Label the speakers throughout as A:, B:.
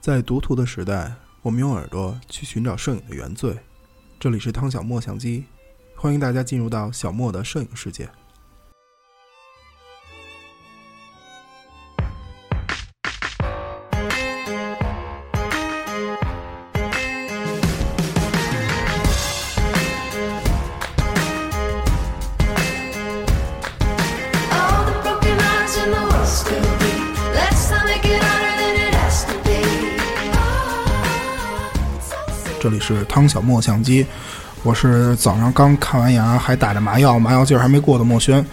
A: 在读图的时代，我们用耳朵去寻找摄影的原罪。这里是汤小莫相机，欢迎大家进入到小莫的摄影世界。
B: All the broken hearts in the world still beat. Let's not make it harder than it has to be. Oh,
A: 这里是汤小莫相机，我是早上刚看完牙，还打着麻药，麻药劲儿还没过的莫轩。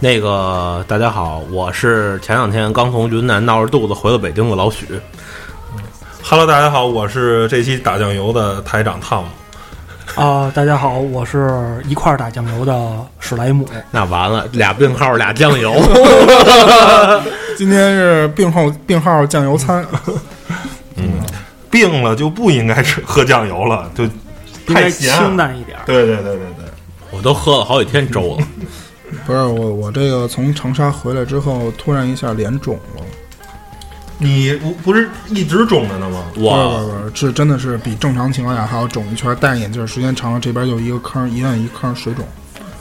C: 那个大家好，我是前两天刚从云南闹着肚子回了北京的老许。
D: Hello，大家好，我是这期打酱油的台长汤姆。
E: 啊、大家好，我是一块儿打酱油的史莱姆。
C: 那完了，俩病号俩酱油，
A: 今天是病号病号酱油餐，
D: 病了就不应该吃喝酱油了，就
E: 应
D: 太
E: 该
D: 咸了
E: 清淡一点儿。
D: 对对对对对，
C: 我都喝了好几天粥了。
A: 不是我我这个从长沙回来之后，突然一下脸肿了，
D: 你不不是一直肿着呢吗？
A: 不是
C: 我
A: 不是不是，这真的是比正常情况下还要肿一圈，戴上眼镜时间长了，这边就一个坑，一摁一坑水肿。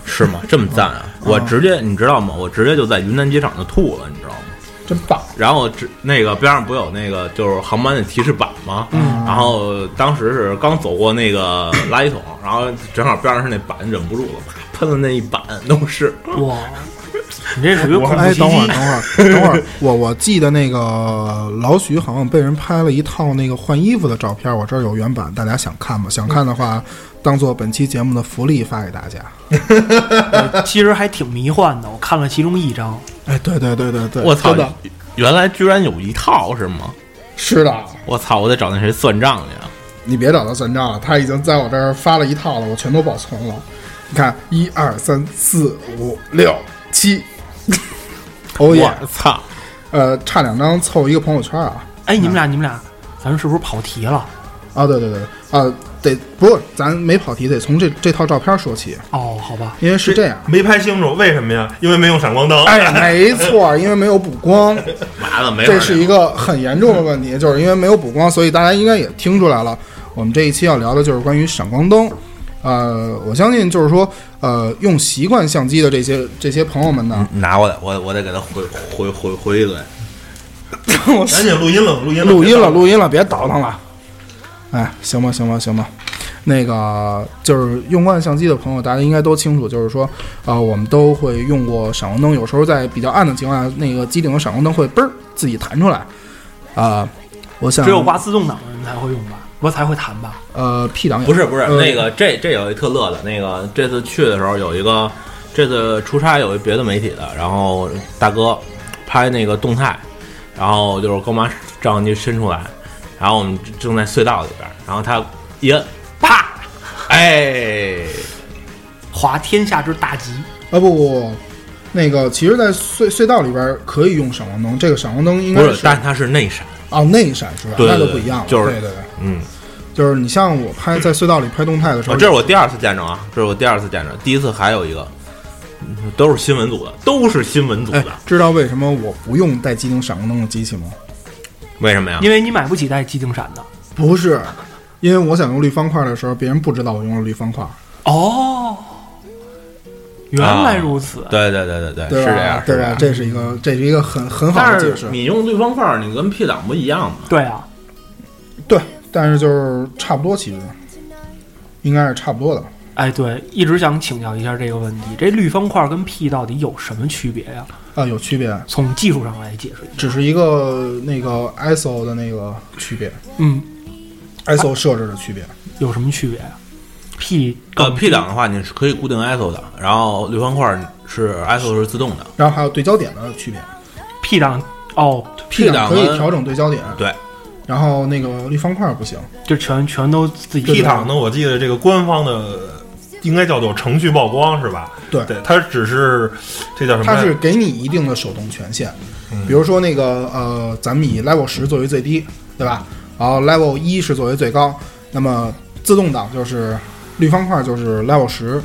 C: 是吗？这么赞啊！我直接你知道吗？我直接就在云南机场就吐了，你知道吗？
A: 真棒！
C: 然后只那个边上不有那个就是航班的提示板吗？嗯。然后当时是刚走过那个垃圾桶，然后正好边上是那板，忍不住了，啪喷了那一板都是。
E: 哇，你这属于恐
A: 哎，
E: 怖袭
A: 等会儿，
E: 击
A: 等。会儿，等 会儿，我我记得那个老许好像被人拍了一套那个换衣服的照片，我这儿有原版，大家想看吗？想看的话，当做本期节目的福利发给大家。
E: 我其实还挺迷幻的，我看了其中一张，
A: 哎，对对对对对，
C: 我操
A: 真的！
C: 原来居然有一套是吗？
A: 是的，
C: 我操！我得找那谁算账去啊！
A: 你别找他算账了，他已经在我这儿发了一套了，我全都保存了。你看，一二三四五六七，哦耶！
C: 我操！
A: 呃，差两张凑一个朋友圈啊！
E: 哎，你们俩，你们俩，咱们是不是跑题了？
A: 啊，对对对，啊，得不过咱没跑题，得从这这套照片说起，
E: 哦，好吧，
A: 因为是这样。
D: 没拍清楚，为什么呀？因为没用闪光灯。
A: 哎，没错，因为没有补光，
C: 完了，没法
A: 这是一个很严重的问 题，就是因为没有补光，所以大家应该也听出来了。我们这一期要聊的就是关于闪光灯。呃，我相信就是说，呃，用习惯相机的这些这些朋友们呢，
C: 拿过来，我我得给他回回回回一嘴。
A: 嗯
C: 嗯
A: 我
D: 赶紧录音了，录音了，
A: 录音了，录音了，别倒腾了。哎，行吧，行吧，行吧。那个就是用惯相机的朋友，大家应该都清楚，就是说，啊、我们都会用过闪光灯，有时候在比较暗的情况下，那个机顶的闪光灯会嘣儿自己弹出来。啊、我想
E: 只有挂自动挡的人才会用吧，不才会弹吧？
A: 呃 P 档也
C: 不是不是，
A: 呃
C: 那个这这有一特乐的，那个这次去的时候有一个，这次出差有一别的媒体的，然后大哥拍那个动态，然后就是给我妈照相机伸出来，然后我们正在隧道里边，然后他一摁，啪，哎，
E: 滑天下之大吉，
A: 啊不不不，那个其实，在隧隧道里边儿可以用闪光灯，这个闪光灯应
C: 不
A: 该
C: 是，但它是内闪，
A: 哦内闪是吧？
C: 对对
A: 那就
C: 对
A: 不一样了，
C: 就是
A: 对对对，
C: 嗯，
A: 就是你像我拍在隧道里拍动态的时
C: 啊
A: 候，
C: 这是我第二次见着啊，这是我第二次见着，第一次还有一个，嗯都是新闻组的，都是新闻组
A: 哎
C: 的，，
A: 知道为什么我不用带机顶闪光灯的机器吗？
C: 为什么呀？
E: 因为你买不起带机顶闪的。
A: 不是，因为我想用绿方块的时候，别人不知道我用了绿方块，
E: 哦，原来如此。
C: 啊对对对对对，
A: 对
C: 是
A: 吧？
C: 这样，是这
A: 对
C: 嗯
A: 吧
C: 样？。
A: 这是一个，这是一个很很好
C: 但
A: 的解
C: 是
A: 释。
C: 你用绿方块，你跟 P 档不一样吗？
E: 对啊，
A: 对，但是就是差不多，其实应该是差不多的。
E: 哎，对，一直想请教一下这个问题，这绿方块跟 P 到底有什么区别呀、
A: 啊，有区别，
E: 从技术上来解释一下。
A: 只是一个那个 ISO 的那个区别
E: 嗯，
A: ，ISO 设置的区别。
E: 有什么区别呀、p
C: 呃，P 档的话，你是可以固定 ISO 的，然后绿方块是 ISO 是自动的。
A: 然后还有对焦点的区别
E: P 档哦，
A: ，P 档
C: 档
A: 可
C: 跟
A: 以调整对焦点，
C: 对，
A: 然后那个绿方块不行。
E: 这全全都自己
D: P 档呢？我记得这个官方的应该叫做程序曝光是吧？
A: 对
D: 对，它只是这叫什么呀？
A: 它是给你一定的手动权限，
D: 嗯
A: 比如说那个呃，咱们以 level 十作为最低，对吧？然后 level 一是作为最高，那么自动挡就是绿方块就是 level 十，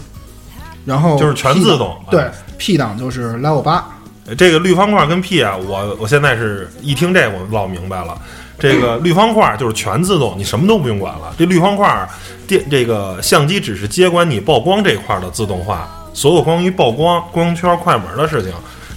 A: 然后
D: 就是全
A: P 档
D: 自动啊
A: 对，P 档就是 level 八，
D: 这个绿方块跟 P 啊，我我现在是一听这我老明白了。这个绿方块就是全自动，你什么都不用管了。这绿方块电这个相机只是接管你曝光这块儿的自动化，所有关于曝光、光圈、快门的事情，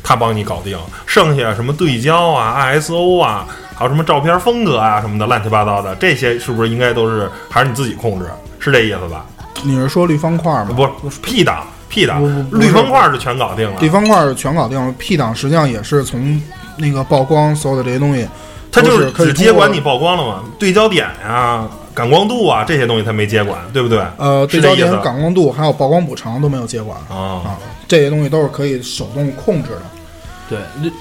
D: 它帮你搞定。剩下什么对焦啊、ISO 啊，还有什么照片风格啊什么的，乱七八糟的，这些是不是应该都是还是你自己控制？是这意思吧？
A: 你是说绿方块吗？
D: 不是 P 档，P 档
A: 不不，不是
D: 绿方块是全搞定了
A: 绿。方块是全搞定了，P 档实际上也是从那个曝光所有的这些东西，
D: 它就
A: 都
D: 是
A: 是可以
D: 只
A: 通
D: 接
A: 过
D: 管你曝光了嘛，对焦点呀、感光度啊这些东西它没接管，对不对？
A: 呃，对
D: 是这
A: 焦
D: 意
A: 点
D: 思、
A: 感光度还有曝光补偿都没有接管
D: 啊，
A: 啊，这些东西都是可以手动控制的。
C: 对，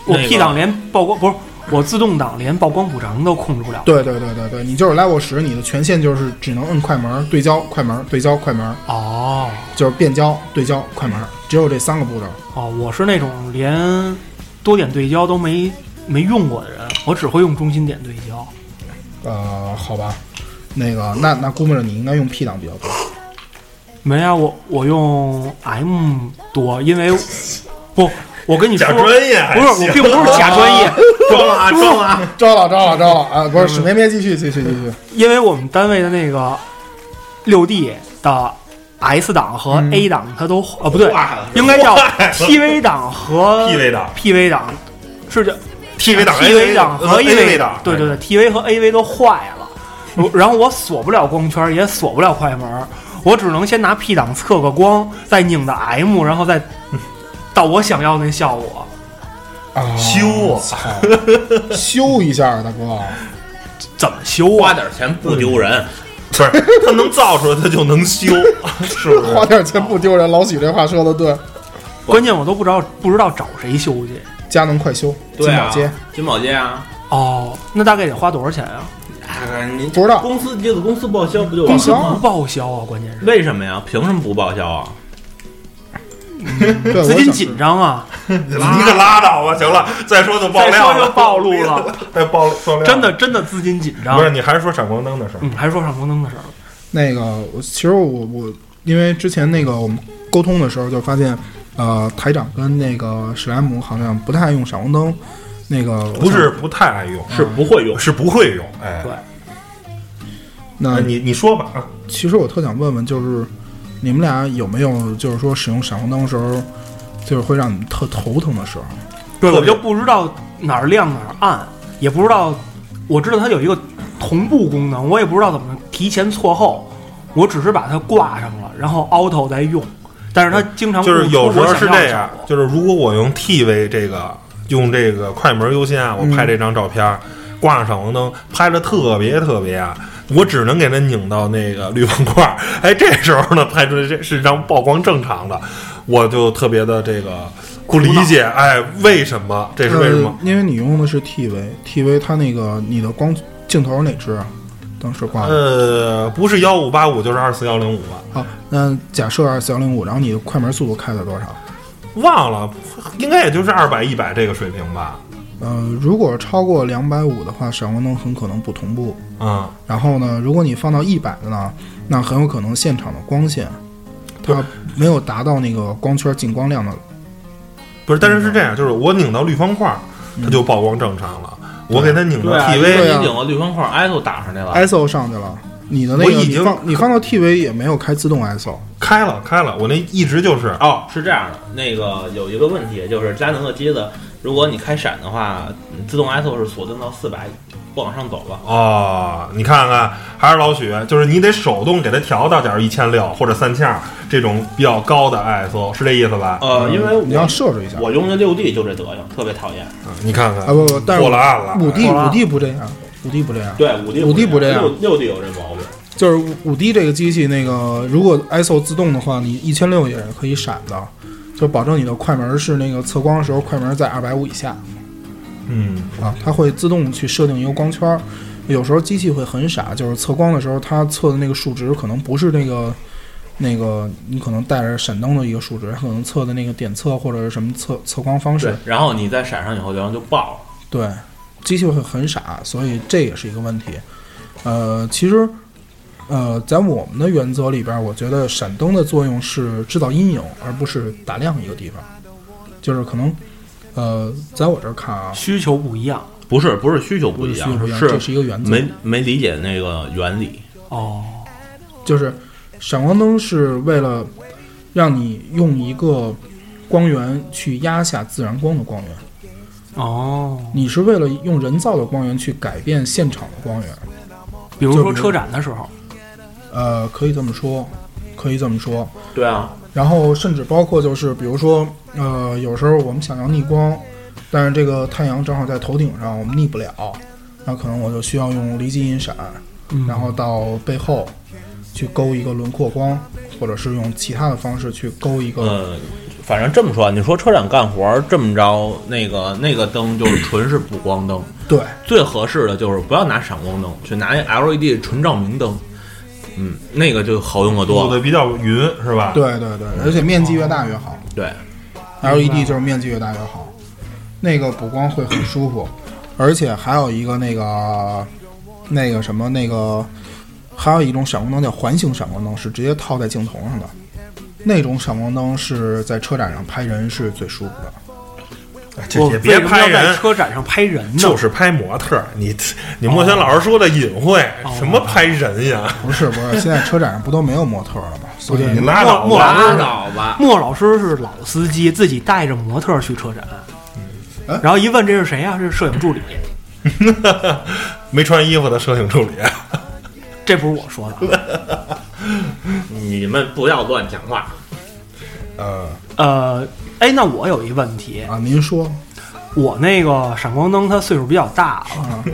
E: 我
C: 那个
E: P 档连曝光不是，我自动挡连曝光补偿都控制不了。
A: 对对对对对，你就是 level 十，你的权限就是只能摁快门、对焦、快门、对焦、快门，
E: 哦
A: 就是变焦、对焦、快门，只有这三个步骤。
E: 哦，我是那种连多点对焦都没没用过的人，我只会用中心点对焦。
A: 呃，好吧，那个那那估摸着你应该用 P 档比较多。
E: 没啊，我我用 M 多，因为不，我跟你说
D: 假，专业还
E: 不是我并不是假专业，
D: 装了啊装了啊，
A: 招了招了招了啊！不是，史梅梅继续继续继续。
E: 因为我们单位的那个六 D 的 S 档和 A 档，它都啊不对，应该叫 TV 档和
D: PV 档
E: PV 档是叫啊
D: TV 档
E: TV 档
D: 呃
E: 和
D: AV
E: AV
D: 档
E: 对对对，TV 和 AV 都坏了，我然后我锁不了光圈，也锁不了快门，我只能先拿 P 档测个光，再拧到 M，然后 再到我想要那效果。
A: 啊，
D: 修啊
A: 操，修一下，大哥。
E: 怎么修
C: 花
E: 啊？
C: 点钱不丢
A: 嗯
C: 人，
D: 不是它能造出来它就能 修，是不
A: 花
D: 是？
A: 点钱不丢人，老许这话说的对。
E: 关键我都不知道不知道找谁修去。
A: 佳能快修，
C: 对
A: 金
C: 啊
A: 宝街，，
C: 金宝街啊，
E: 哦，那大概得花多少钱啊？
C: 啊你
A: 不知道
C: 公司这个公司报销不就
A: 报
C: 完
A: 销
C: 了
E: 不
C: 吗？
E: 报销啊，关键是
C: 为什么呀？凭什么不报销啊？
A: 对，
E: 资
A: 我
E: 金
A: 想
E: 紧张啊，
D: 你可拉倒吧，行了，再说就爆
E: 再
D: 料
E: 说
D: 了，
E: 就暴露了，
D: 再爆爆料，
E: 真的真的资金紧张
D: 啊不。是你还是说闪光灯的事儿？
E: 嗯，还是说上光灯的事儿吧。
A: 那个，我其实我我因为之前那个我们沟通的时候就发现，呃，台长跟那个史莱姆好像不太爱用闪光灯，那个我
D: 不
A: 想
D: 是不太爱用，
C: 是不会用，
D: 是不会用，哎
E: 对，
A: 那
D: 哎你你说吧啊，
A: 其实我特想问问，就是你们俩有没有就是说使用闪光灯的时候，就是会让你们特头疼的时候？
E: 对，
D: 特别
E: 我就不知道哪儿亮哪儿暗，也不知道，我知道它有一个同步功能，我也不知道怎么提前错后，我只是把它挂上了，然后 auto 再用，但是它经常
D: 就是有时候是这样，
E: 不出我想要的效果
D: 就是如果我用 TV 这个用这个快门优先啊，我拍这张照片，挂上闪光灯，拍的特别特别啊，我只能给它拧到那个绿方块儿。哎，这时候呢，拍出来这是一张曝光正常的，我就特别的这个不理解，哎，为什么？这是为什么？
A: 呃？因为你用的是 TV，TV 它那个你的光镜头是哪只啊？当时
E: 嗯
A: 挂的。
D: 呃，不是幺五八五就是二四幺零五吧？
A: 好，那假设二四幺零五，然后你的快门速度开到多少？
D: 忘了，应该也就是二百一百这个水平吧。
A: 呃，如果超过两百五的话，闪光灯很可能不同步。
D: 嗯，
A: 然后呢，如果你放到一百的呢，那很有可能现场的光线它没有达到那个光圈进光量的。
D: 不是，但是是这
E: 嗯
D: 样，就是我拧到绿方块儿，它就曝光正常了。我给它拧到
C: 对啊，因
D: TV，、
C: 为你顶个绿方块，ISO 打上去了，
A: ISO 上去了，你的那
D: 我
A: 个
D: 已
A: 你
D: 经
A: 放你放到 TV 也没有开自动 ISO。
D: 开了开了，我那一直就是
C: 哦，是这样的，那个有一个问题就是佳能的机子，如果你开闪的话，嗯自动 ISO 是锁定到四百，不往上走了。
D: 哦，你看看，还是老许，就是你得手动给它调到，假如一千六或者三千二这种比较高的 ISO，是这意思吧？
E: 哦
C: 呃，因为
A: 嗯你要
C: 我
A: 设置一下。
C: 我用的六 D 就这德行，特别讨厌。
D: 嗯你看看
A: 啊，不不，但是
D: 破了案了，
A: 五 D
E: 破了
A: 五 D 不这样，五 D 不这样。
C: 对，五 D
A: 五 D 不这样
C: 六六 D 有这毛病。
A: 就是五 D 这个机器，那个如果 ISO 自动的话，你一千六也是可以闪的，就保证你的快门是那个测光的时候快门在二百五以下
D: 嗯，
A: 啊，它会自动去设定一个光圈儿。有时候机器会很傻，就是测光的时候，它测的那个数值可能不是那个那个你可能带着闪灯的一个数值，它可能测的那个点测或者是什么测测光方
C: 对
A: 式。，
C: 然后你在闪上以后，然后就爆了。
A: 对，机器会很傻，所以这也是一个问题。呃，其实，呃，在我们的原则里边儿，我觉得闪灯的作用是制造阴影，而不是打亮一个地方。就是可能呃，在我这儿看啊，
E: 需求不一样
C: 不是不是需求不一
A: 不是需求不一样这
C: 是
A: 是一个原则
C: 没没理解那个原理。
E: 哦，
A: 就是闪光灯是为了让你用一个光源去压下自然光的光源，
E: 哦，
A: 你是为了用人造的光源去改变现场的光源。
E: 比如
A: 就
E: 说
A: 比如
E: 车展的时候，
A: 呃，可以这么说，可以这么说。
C: 对啊，
A: 然后甚至包括就是，比如说，呃，有时候我们想要逆光，但是这个太阳正好在头顶上，我们逆不了，那可能我就需要用离基引闪，
E: 嗯
A: 然后到背后去勾一个轮廓光，或者是用其他的方式去勾一个。
C: 嗯，反正这么说，你说车展干活儿这么着，那个那个灯就是纯是补光灯，
A: 对，
C: 最合适的就是不要拿闪光灯，去拿那 LED 纯照明灯，嗯，那个就好用的
D: 做
C: 多
D: 的
C: 了。
D: 比较匀，是吧？
A: 对对对，而且面积越大越好
C: 对，
A: ，LED 就是面积越大越好，那个补光会很舒服，而且还有一个那个那个什么那个，还有一种闪光灯叫环形闪光灯，是直接套在镜头上的，那种闪光灯是在车展上拍人是最舒服的。
D: 哎，这
E: 我
D: 也
E: 为
D: 别
E: 什么要
D: 拍
E: 在
D: 人，
E: 车展上拍人呢？
D: 就是拍模特儿。你你莫轩老师说的隐晦，
E: 哦
D: 什么拍人呀？
A: 不是不是，现在车展上不都没有模特了吗？所以
D: 你拉倒
E: 莫
D: 吧！
E: 老师
C: 倒吧，
E: 莫老师是老司机，自己带着模特儿去车展，
A: 嗯
E: 然后一问这是谁呀、是摄影助理，
D: 没穿衣服的摄影助理，
E: 这不是我说 的啊。
C: 你们不要乱讲话。
D: 呃，
E: 呃，哎，那我有一问题，
A: 啊，您说
E: 我那个闪光灯它岁数比较大 了，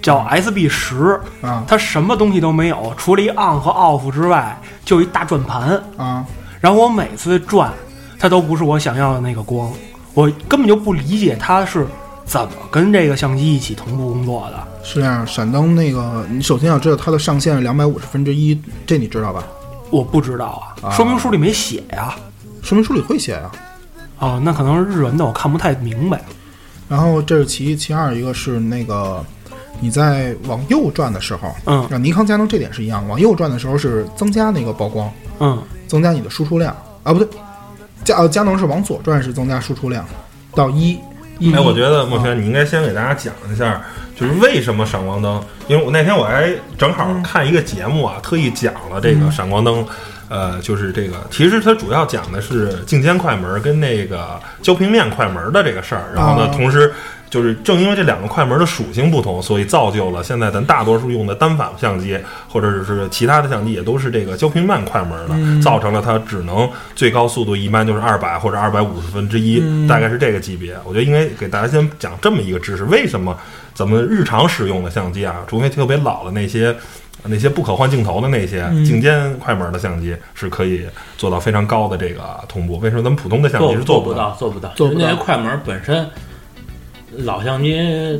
E: 叫 SB 十
A: 啊
E: 它什么东西都没有，除了一 on 和 off 之外，就一大转盘。
A: 啊，
E: 然后我每次转，它都不是我想要的那个光，我根本就不理解它是怎么跟这个相机一起同步工作的。
A: 是这样，闪灯那个你首先要知道它的上限是两百五十分之一，这你知道吧？
E: 我不知道啊，说明书里没写呀、
A: 说明书里会写啊呀、
E: 哦，那可能是日文的，我看不太明白。
A: 然后这是其一，其二一个是那个你在往右转的时候，
E: 嗯
A: 那尼康、佳能这点是一样，往右转的时候是增加那个曝光，
E: 嗯，
A: 增加你的输出量啊，不对，佳呃佳能是往左转是增加输出量到一。一
D: 哎，我觉得莫轩，你应该先给大家讲一下，就是为什么闪光灯？因为我那天我还正好看一个节目啊，特意讲了这个闪光灯。呃，就是这个，其实它主要讲的是镜间快门跟那个焦平面快门的这个事儿。然后呢
A: 啊，
D: 同时就是正因为这两个快门的属性不同，所以造就了现在咱大多数用的单反相机或者是其他的相机也都是这个焦平面快门的，造成了它只能最高速度一般就是二百或者二百五十分之一，大概是这个级别。我觉得应该给大家先讲这么一个知识，为什么咱们日常使用的相机啊，除非特别老的那些。那些不可换镜头的那些镜间快门的相机是可以做到非常高的这个同步，为什么咱们普通的相
C: 做
D: 机是
C: 做
D: 不
C: 不
D: 到？
C: 到，做不到，
A: 做不
C: 因为那
A: 到
C: 些快门本身，老相机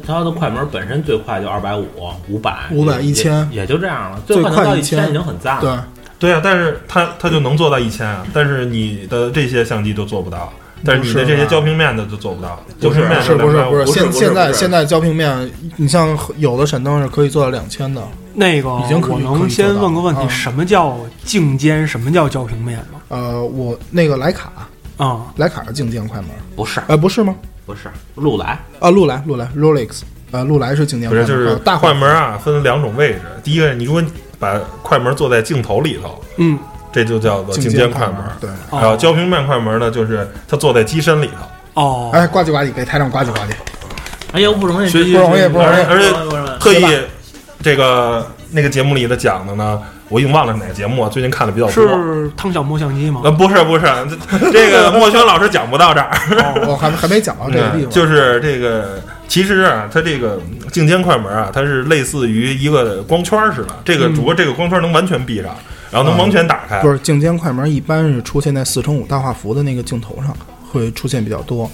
C: 它的快门本身最快就二百五、五百、
A: 500
C: 也
A: 1000
C: 也就这样了，
A: 最
C: 快能
A: 快
C: 到
A: 1000
C: 千已经很赞了。
A: 对，
D: 对啊，但是它它就能做到一千啊，但是你的这些相机就做不到，但是你的这些焦平面的就做不到，焦
C: 不是
D: 平面
A: 是不是
D: 250
A: 不是？现
C: 不是
A: 现在
C: 不是
A: 现在焦平面，你像有的闪灯是可以做到两千的，
E: 那个
A: 已经可以
E: 我
A: 可以
E: 能
A: 做到
E: 先问个问题，
A: 嗯
E: 什么叫镜间，什么叫焦平面吗？
A: 呃，我那个徕卡，
E: 啊、
A: 徕卡是镜间快门，
C: 不是，
A: 呃，不是吗？
C: 不是，路来
A: 啊，禄来，禄来，Rolex，呃，禄来是经典
D: 不
A: 款
D: 是
A: 的，
D: 就是
A: 呃大
D: 快
A: 款
D: 门啊，分两种位置，第一个你如果把快门坐在镜头里头，
E: 嗯，
D: 这就叫做镜
A: 间
D: 间快门
A: 门，，对。
D: 然后焦平面快门呢，就是它坐在机身里头。
E: 哦，
A: 哎，呱唧呱唧，给台长呱唧呱唧。
C: 哎呦，不容易，
D: 学习
A: 不容易
D: 学习
A: 不容易
D: 而而且
C: 不容
A: 呃
C: 易
D: 特意这个那个节目里的讲的呢，我已经忘了哪个节目，最近看的比较多。
E: 是汤小莫相机吗？
A: 嗯
D: 呃，不是不是，这这个莫轩老师讲不到这儿，
A: 我还还没讲到这个地
D: 嗯
A: 方，
D: 就是这个，其实啊，它这个镜间快门啊，它是类似于一个光圈似的，这个
A: 嗯
D: 只不过这个光圈能完全闭上，然后能完全打开。
A: 不是镜间快门一般是出现在四乘五大画幅的那个镜头上会出现比较多。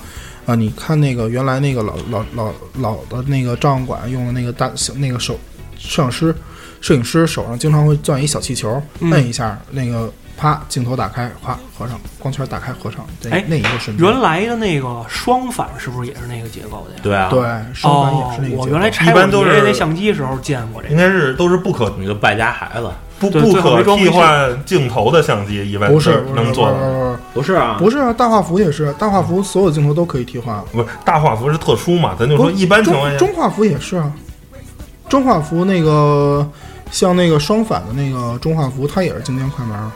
A: 啊，你看那个原来那个老老老老的那个照相馆用的那个大小那个手摄影师摄影师手上经常会攥一小气球，摁一下那个啪镜头打开，哗合上，光圈打开合上，对
E: 哎，
A: 那一个瞬间。
E: 原来的那个双反是不是也是那个结构的呀？
C: 对啊，
A: 对，双反也是那个结
E: 哦，
A: 构。
E: 我原来拆
D: 一
E: 我
D: 般都
E: 爷爷
D: 是
E: 那相机时候见过这
D: 应
E: 个。
D: 该是都是不可
C: 你个败家孩子，
D: 不
E: 对
D: 不
E: 最后
D: 可
E: 没装
D: 替
E: 回去
D: 换镜头的相机，一般
A: 不是
D: 能做
A: 不
D: 的。
A: 是不是不是就是
C: 不是啊，
A: 不是啊？大画幅也是，大画幅所有镜头都可以替换。
D: 不是大画幅是特殊嘛？咱就说
A: 不
D: 一般情况
A: 中
D: 下，
A: 中画幅也是啊，中画幅那个像那个双反的那个中画幅，它也是经典快门儿。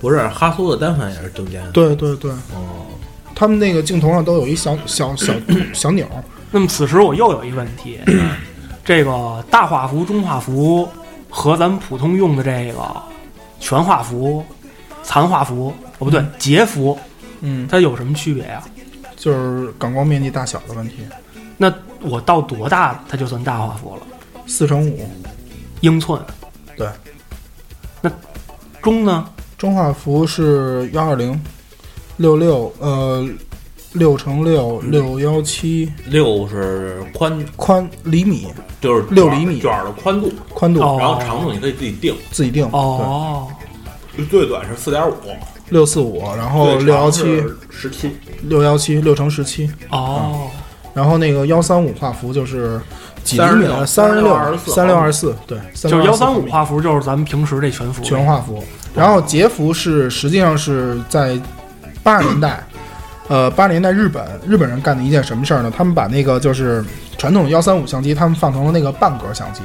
C: 不是哈苏的单反也是中间，
A: 对对对，
C: 哦，
A: 他们那个镜头上都有一小小小小钮儿，
E: 那么此时我又有一问 题，这个大画幅、中画幅和咱们普通用的这个全画幅、残画幅，哦不对，截幅，
A: 嗯，
E: 它有什么区别啊呀、
A: 就是感光面积大小的问题，
E: 那我到多大它就算大画幅了？
A: 四乘五。
E: 英寸？
A: 对。
E: 那中呢？
A: 中画幅是幺二零六六呃六乘六六幺七
C: 六是宽，
A: 宽厘米
C: 就是
A: 六厘米
C: 卷儿的宽度，
A: 宽度、
E: 哦
C: 然后长度你可以自己定，
A: 自己定，
E: 哦，
C: 最短是四点五，
A: 六四五，然
E: 哦
A: 后六幺七
C: 十七，
A: 六幺七六乘十七，嗯
E: 哦，
A: 然后那个幺三五画幅就是几厘米
C: 36
A: 啊？三
C: 36 24
A: 三六二四，对，
E: 就是幺三
A: 毫
E: 五
A: 米
E: 画幅，就是咱们平时这全幅。
A: 全画幅，然后截幅是实际上是在八十年代， 呃，八十年代日本日本人干的一件什么事儿呢？他们把那个就是传统幺三五相机，他们放成了那个半格相机，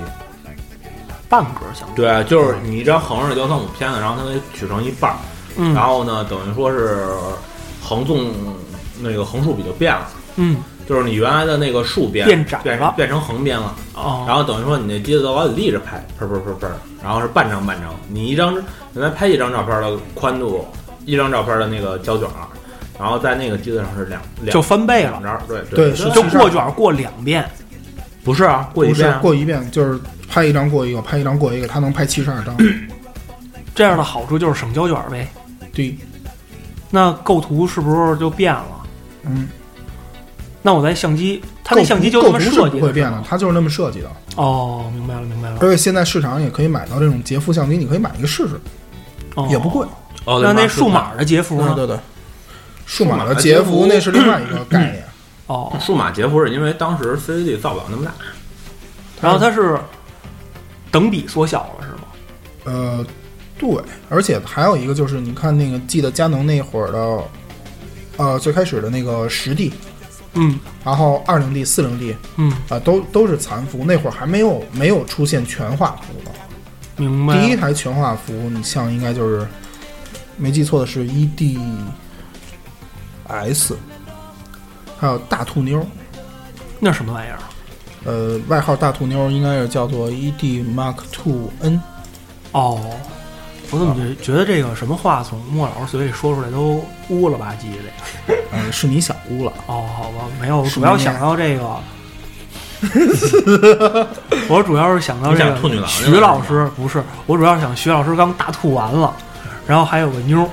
E: 半格相机。
C: 对，就是你一张横着的幺三五片子，然后它给取成一半儿，
E: 嗯，
C: 然后呢，等于说是横纵那个横竖比就变了，
E: 嗯，
C: 就是你原来的那个竖边
E: 变窄
C: 变
E: 了
C: 变成横边了。
E: 哦，
C: 然后等于说你那机子都往里立着拍，砰砰砰砰，然后是半张半张，你一张原来拍一张照片的宽度，一张照片的那个胶卷儿，然后在那个机子上是两两
E: 就翻倍
C: 两
E: 了，
C: 张，对
A: 对是
E: 就过卷过两遍。
C: 不是啊，过一
A: 不是
C: 遍啊
A: 过一遍就是拍一张过一个，拍一张过一个，它能拍七十二 张。
E: 这样的好处就是省胶卷呗。
A: 对，
E: 那构图是不是就变了？
A: 嗯，
E: 那我在相机，它那
A: 构图
E: 相机就这
A: 构
E: 么
A: 图是
E: 设计的
A: 不会变的，它就是那么设计的。
E: 哦，明白了，明白了。
A: 而且现在市场也可以买到这种截幅相机，你可以买一个试试，
E: 哦、
A: 也不贵。
C: 哦，对
E: 那那
C: 马
E: 数码的截幅
A: 对
E: 呢？
A: 对对，数码
C: 的
A: 的
C: 截
A: 截
C: 幅
A: 幅那是另外一个概念。嗯
E: 哦，
C: 数码截幅是因为当时 CCD 造不了那么大，
E: 然后它是等比缩小了是吗？
A: 呃，对，而且还有一个就是，你看那个，记得佳能那会儿的，呃，最开始的那个十 D，
E: 嗯
A: 然后二零 D、四零 D 啊、
E: 嗯，
A: 都都是残幅，那会儿还没有没有出现全画幅的。
E: 明白了。
A: 第一台全画幅，你像应该就是没记错的是 ED S，还有大兔妞，
E: 那什么玩意儿？
A: 呃，外号大兔妞应该是叫做 ED Mark Two N。
E: 哦，我怎么觉觉得这个什么话从莫老师嘴里说出来都污了吧唧的呀？
A: 嗯，是你想污了。
E: 哦，好吧，没有，我
A: 是
E: 主要
A: 你
E: 想到这个。我主要是想到
C: 你
E: 这
C: 想
E: 个
C: 吐女郎去
E: 徐
C: 了
E: 老师，不是，我主要是想徐老师刚大吐完了，然后还有个妞儿，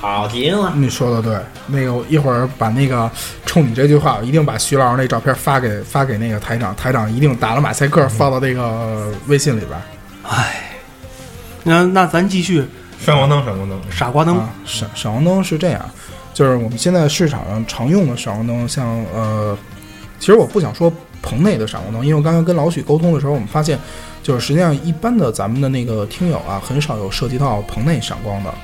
C: 好极了。
A: 你说的对，那个我一会儿把那个冲你这句话，我一定把徐老师那照片发给发给那个台长，台长一定打了马赛克放到那个微信里边儿。
E: 那那咱继续
D: 闪光灯，闪光灯，
E: 傻瓜灯
A: 啊，闪闪光灯是这样，就是我们现在市场上常用的闪光灯，像呃，其实我不想说棚内的闪光灯，因为我刚刚跟老许沟通的时候，我们发现，就是实际上一般的咱们的那个听友啊，很少有涉及到棚内闪光的，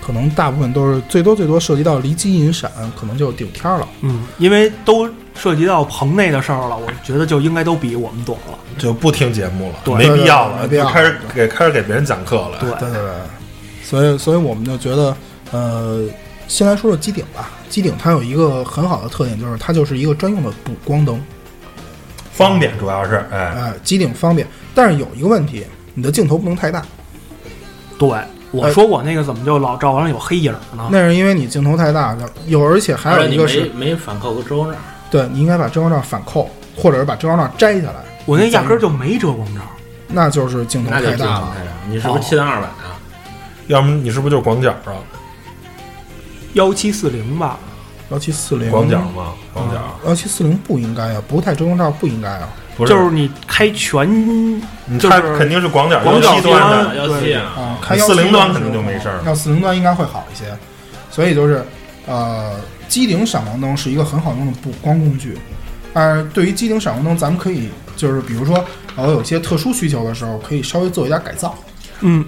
A: 可能大部分都是最多最多涉及到离机引闪，可能就顶天儿了。
E: 嗯，因为都涉及到棚内的事儿了，我觉得就应该都比我们懂了。
D: 就不听节目了，
E: 对
D: 没必要了，
A: 对
D: 就
A: 对对没必要
D: 开始给开始给别人讲课了。
E: 对，
A: 哎对对对，所以所以我们就觉得，呃，先来说说机顶吧。机顶它有一个很好的特点，就是它就是一个专用的补光灯，
D: 方便主要是，哎，
A: 哎、机顶方便。但是有一个问题，你的镜头不能太大，
E: 对，我
A: 哎
E: 说我那个怎么就老照完了有黑影儿呢？
A: 那是因为你镜头太大。有而且还
C: 而
A: 有
C: 且哎你
A: 一个
C: 没
A: 是，
C: 没反扣个遮光罩，
A: 对你应该把遮光罩反扣，或者是把遮光罩摘下来，
E: 我那压根儿就没遮光罩。
A: 那就是镜头
C: 那就
A: 太
C: 镜
A: 大
C: 头
A: 了。
C: 太大。你是不是七三二百啊？
D: 要么你是不是就是广角啊？
E: 幺七四零吧，
A: 幺七四零，
D: 广角吗？广角
A: 幺七四零不应该啊，不太遮光罩不应该啊。
D: 不
E: 就是你开全
A: 嗯
D: 你
E: 就是
D: 它肯定是广角，
A: 哦
E: 广角
D: 七端的，
E: 对
C: 幺七啊，
A: 啊，开
D: 40
A: 40
D: 端可能就没事儿
A: 要四零端应该会好一些。所以就是，呃，机顶闪光灯是一个很好用的补光工具。但是对于机顶闪光灯，咱们可以就是比如说，呃，有些特殊需求的时候，可以稍微做一点改造。
E: 嗯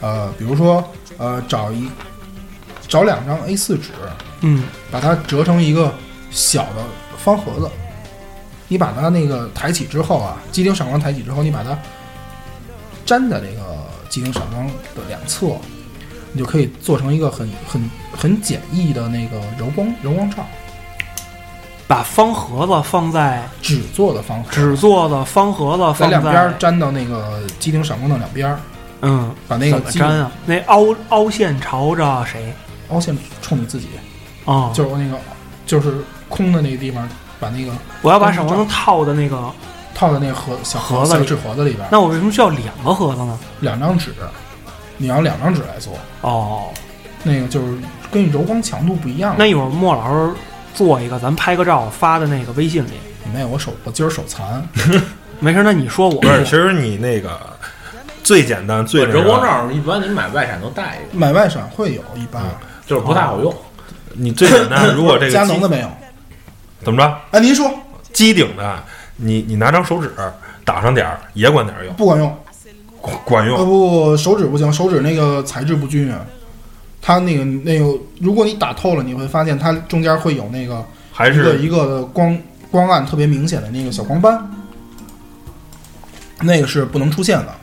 A: 呃，比如说，呃，找一找两张 A 4纸，
E: 嗯，
A: 把它折成一个小的方盒子。你把它那个抬起之后啊，机顶闪光抬起之后，你把它粘在这个机顶闪光的两侧，你就可以做成一个很很很简易的那个柔光柔光罩，
E: 把方盒子放在
A: 纸做的方盒，
E: 纸做的方盒子
A: 在
E: 放
A: 两边儿粘到那个机顶闪光的两边儿，
E: 嗯，
A: 把那
E: 怎
A: 个
E: 么
A: 机
E: 粘啊？那凹凹陷朝着谁？
A: 凹陷冲你自己，
E: 哦，
A: 就是那个就是空的那个地方，把那个
E: 我要把闪光灯套的那个，
A: 套在那个盒小
E: 盒子
A: 小
E: 里
A: 纸盒子里边儿，
E: 那我为什么需要两个盒子呢？
A: 两张纸，你要两张纸来做，
E: 哦，
A: 那个就是根据柔光强度不一样。
E: 那一会儿莫老师做一个，咱拍个照发在那个微信里。
A: 没有我手我今儿手残，
E: 没事，那你说我
D: 不是，其实你那个最简单最那个
C: 柔光，罩一般你买外闪都带一个，
A: 买外闪会有一般，
C: 就是不太好用。
D: 你最简 单，嗯如果这个
A: 佳
D: 机
A: 能的没有。
D: 怎么着，
A: 哎，您说
D: 机顶的，你你拿张手指打上点儿，也管点儿用，
A: 不管用？
D: 管管
A: 呃
D: 用。
A: 不，手指不行，手指那个材质不均匀，它那个那个，如果你打透了，你会发现它中间会有那个
D: 还
A: 一个
D: 是
A: 一个的光光暗特别明显的那个小光斑，那个是不能出现的，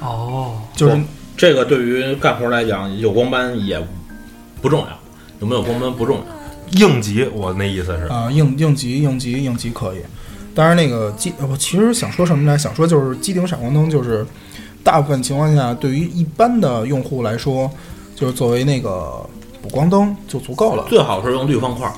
E: 哦，
A: 就是
C: 这个对于干活来讲，有光斑也不重要，有没有光斑不重要。
D: 应急，我那意思是，
A: 啊、应应急应急应急可以。当然，那个机，呃我其实想说什么呢？想说就是机顶闪光灯，就是大部分情况下，对于一般的用户来说，就是作为那个补光灯就足够了。
C: 最好是用绿方块。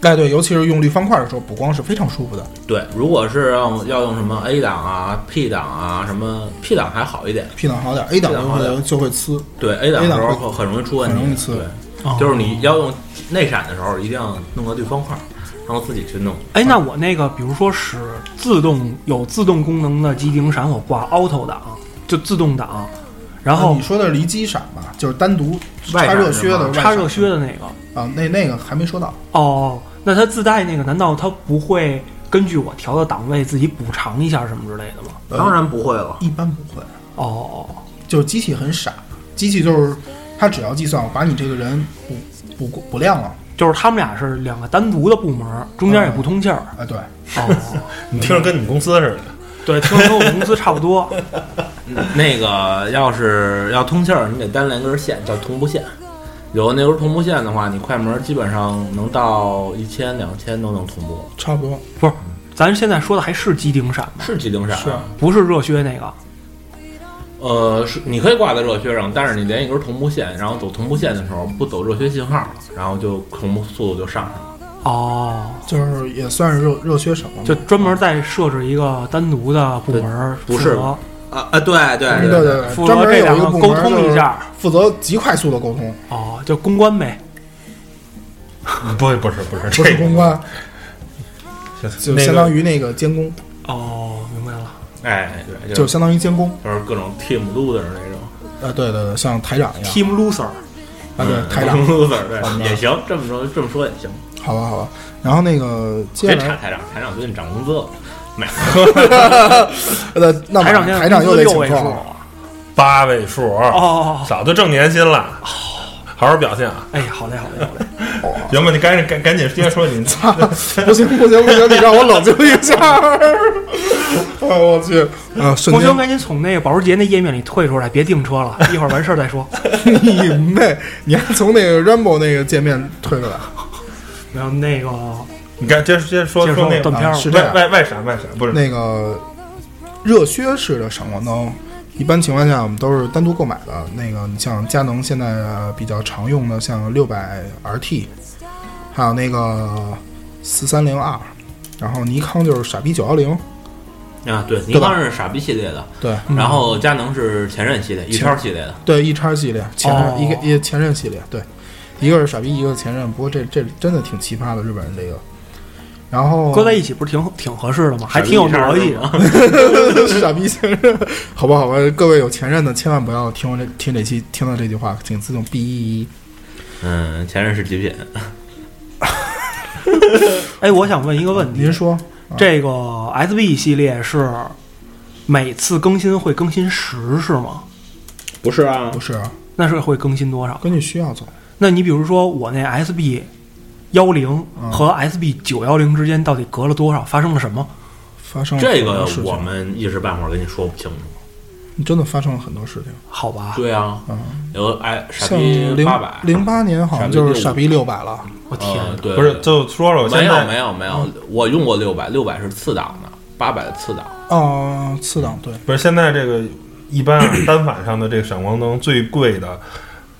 A: 哎，对，尤其是用绿方块的时候，补光是非常舒服的。
C: 对，如果是要要用什么 A 档啊、P 档啊、什么 P 档还好一点，
A: P 档好点，A 档
C: P 档
A: 就
C: 好点
A: 会就会呲。
C: 对 A 档
A: A
C: 的
A: 档
C: 时
A: 会
C: 候很容易出问题，
A: 很容易刺
C: 对，
E: 哦
C: 就是你要用内闪的时候，一定要弄个绿方块，然后自己去弄。
E: 哎，那我那个，比如说使自动有自动功能的机顶闪，我挂 auto 档，就自动挡，然
A: 啊
E: 后
A: 你说的是离机闪吧，就是单独
C: 外
A: 插
C: 闪
A: 热靴
C: 是
A: 的
C: 吗
A: 外
E: 插
A: 闪
E: 热靴的那个。
A: 啊，那那个还没说到。
E: 哦，那它自带那个，难道它不会根据我调的档位自己补偿一下什么之类的吗？
A: 呃
C: 当然不会了，
A: 一般不会，
E: 哦哦
A: 就是机器很傻，机器就是它只要计算我把你这个人补补补亮了，
E: 哦，就是他们俩是两个单独的部门，中间也不通气儿。
A: 啊，对，
E: 哦，
D: 你听着跟你们公司似的。
E: 对，听说跟我们公司差不多。
C: 嗯那个要是要通气儿，你得单连根线，叫同步线。有那根同步线的话，你快门基本上能到一千、两千都能同步，
A: 差不多。
E: 不是，咱现在说的还是机顶闪吗？
C: 是机顶闪啊。
A: 是
E: 不是热靴那个。
C: 呃，是你可以挂在热靴上，但是你连一根同步线，然后走同步线的时候不走热靴信号了，然后就同步速度就上去了。
E: 哦，
A: 就是也算是热热缺少了。
E: 就专门再设置一个单独的部门，
C: 对不
E: 负
C: 是
E: 责
C: 啊啊，对对
A: 对嗯对对，
E: 负
A: 专
E: 责
A: 门
E: 这
A: 有
E: 两
A: 一
E: 个
A: 个部门
E: 沟通一，下。
A: 负责极快速的 沟通，
E: 哦，就公关呗。
D: 不，不是，不是，
A: 不
D: 这
A: 是
D: 个
A: 公关，就
D: 那
A: 相
D: 个
A: 当于那个监工，
E: 哦，明白了。
C: 哎，对，
A: 就
C: 就是
A: 相当于监工。
C: 就是各种 team loser 那种
A: 啊，对对对，像台长一样
E: Team loser，
A: 啊，
E: 嗯
A: 对台长
C: team，loser
A: 好吧
C: 对也行，这么说这么说也行。
A: 好吧好吧。然后那个接
C: 别
A: 下
C: 查
A: 来，
C: 台长，台长最近涨工资了，没有？
A: 呃，那
E: 台长现在
A: 台长又得
E: 六
A: 请
E: 位数
A: 客，
E: 了。
D: 八位数，啊
E: 哦，
D: 早就挣年薪了。好好表现啊！
E: 哎，好嘞，好嘞，好嘞。
D: 行吧，你赶紧赶赶紧接着说你
A: 不行不行不行，你让我冷静一下 儿。啊，我去，啊，瞬
E: 郭
A: 间
E: 兄，赶紧从那个保时捷那页面里退出来，别订车了，一会儿完事儿再 说。
A: 你妹， 你还从那个 Rambo 那个界面退出来，
E: 没有那个，
D: 你赶接着接着说
E: 接着
D: 说
E: 说
D: 那
E: 断
D: 个
E: 片儿
A: 啊是这
D: 外
A: 样。
D: 外外闪外闪，不是
A: 那个热靴式的闪光灯，一般情况下我们都是单独购买的。那个你像佳能现在呃比较常用的，像六百 RT，还有那个四三零 R，然后尼康就是傻逼九幺零，
C: 啊，对，尼
A: 对吧
C: 康是傻逼系列的，
A: 对
C: 然后佳能是前任系列，一超系列的。
A: 对，一叉系列前任、
E: 哦
A: 一个一个前任系列，对，一个是傻逼，一个是前任。不过这这真的挺奇葩的，日本人这个。然后
E: 搁在一起不是挺挺合适的吗？还挺有逻辑
D: 啊
E: 的。
C: 的。
A: 傻逼前任，好吧，好吧，各位有前任的千万不要听我这听这期听到这句话，请自动 B E 一一。
C: 嗯，前任是极品，
E: 哎，我想问一个问题
A: 您，说
D: 啊
E: 这个 SB 系列是每次更新会更新十是吗？
C: 不是啊
A: 不是啊？
E: 那是会更新多少？
A: 根据需要走，
E: 那你比如说我那 SB 幺零
D: 嗯
E: 和 SB 九幺零之间到底隔了多少？发生了什么？
A: 发生了
C: 这
A: 很
C: 个
A: 多事情
C: 我们一时半会儿跟你说不清楚。
A: 真的发生了很多事情，
E: 好吧，
C: 对啊，
A: 嗯，
C: 有哎傻
A: 像
C: 逼
A: 零
C: 八百，
A: 零八年好像就是傻
C: 傻
A: 逼六百了，
E: 我天
C: 呃
E: 哪，
C: 对，
D: 不是，就说说
C: 没
D: 现
C: 有
D: 在
C: 没有没有，我用过六百，六百是次档的，八百的次档。
A: 哦，次档对，
D: 不是现在这个一般啊单反上的这个闪光灯最贵的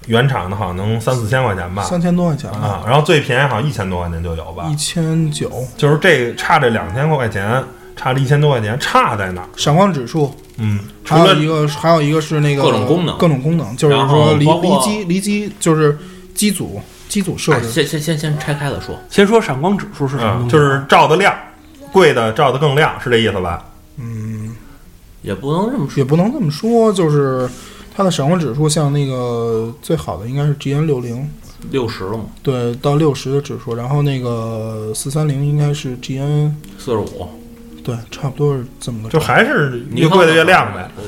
D: 原厂的好像能三四千块钱吧
A: 三千多嗯块钱吧，
D: 啊，然后最便宜好像一千多块钱就有吧
A: 一，千九，
D: 就是这差这两千块钱，差这一千多块钱差在哪儿？
A: 闪光指数，
D: 嗯，除
A: 还有
D: 了
A: 一个还有一个是那个
C: 各种功能
A: 各种功能就是
C: 然后
A: 说离
C: 包
A: 离
C: 括
A: 机离机就是机组机组设
C: 哎，
A: 置，
C: 先先先先拆开了说，
E: 先说闪光指数是什么东
D: 嗯，
E: 西？
D: 就
E: 啊
D: 是照的亮，贵的照的更亮，是这意思吧？
C: 也不能这么说。
A: 也不能这么说，就是它的闪光指数像那个最好的应该是 GN 六零，
C: 六十了嘛，
A: 对，到六十的指数，然后那个四三零应该是 GN，
C: 四十五，
A: 对，差不多是这么个
D: 就
A: 状态。
D: 还是
C: 你
D: 越贵的越亮呗。。
C: 呃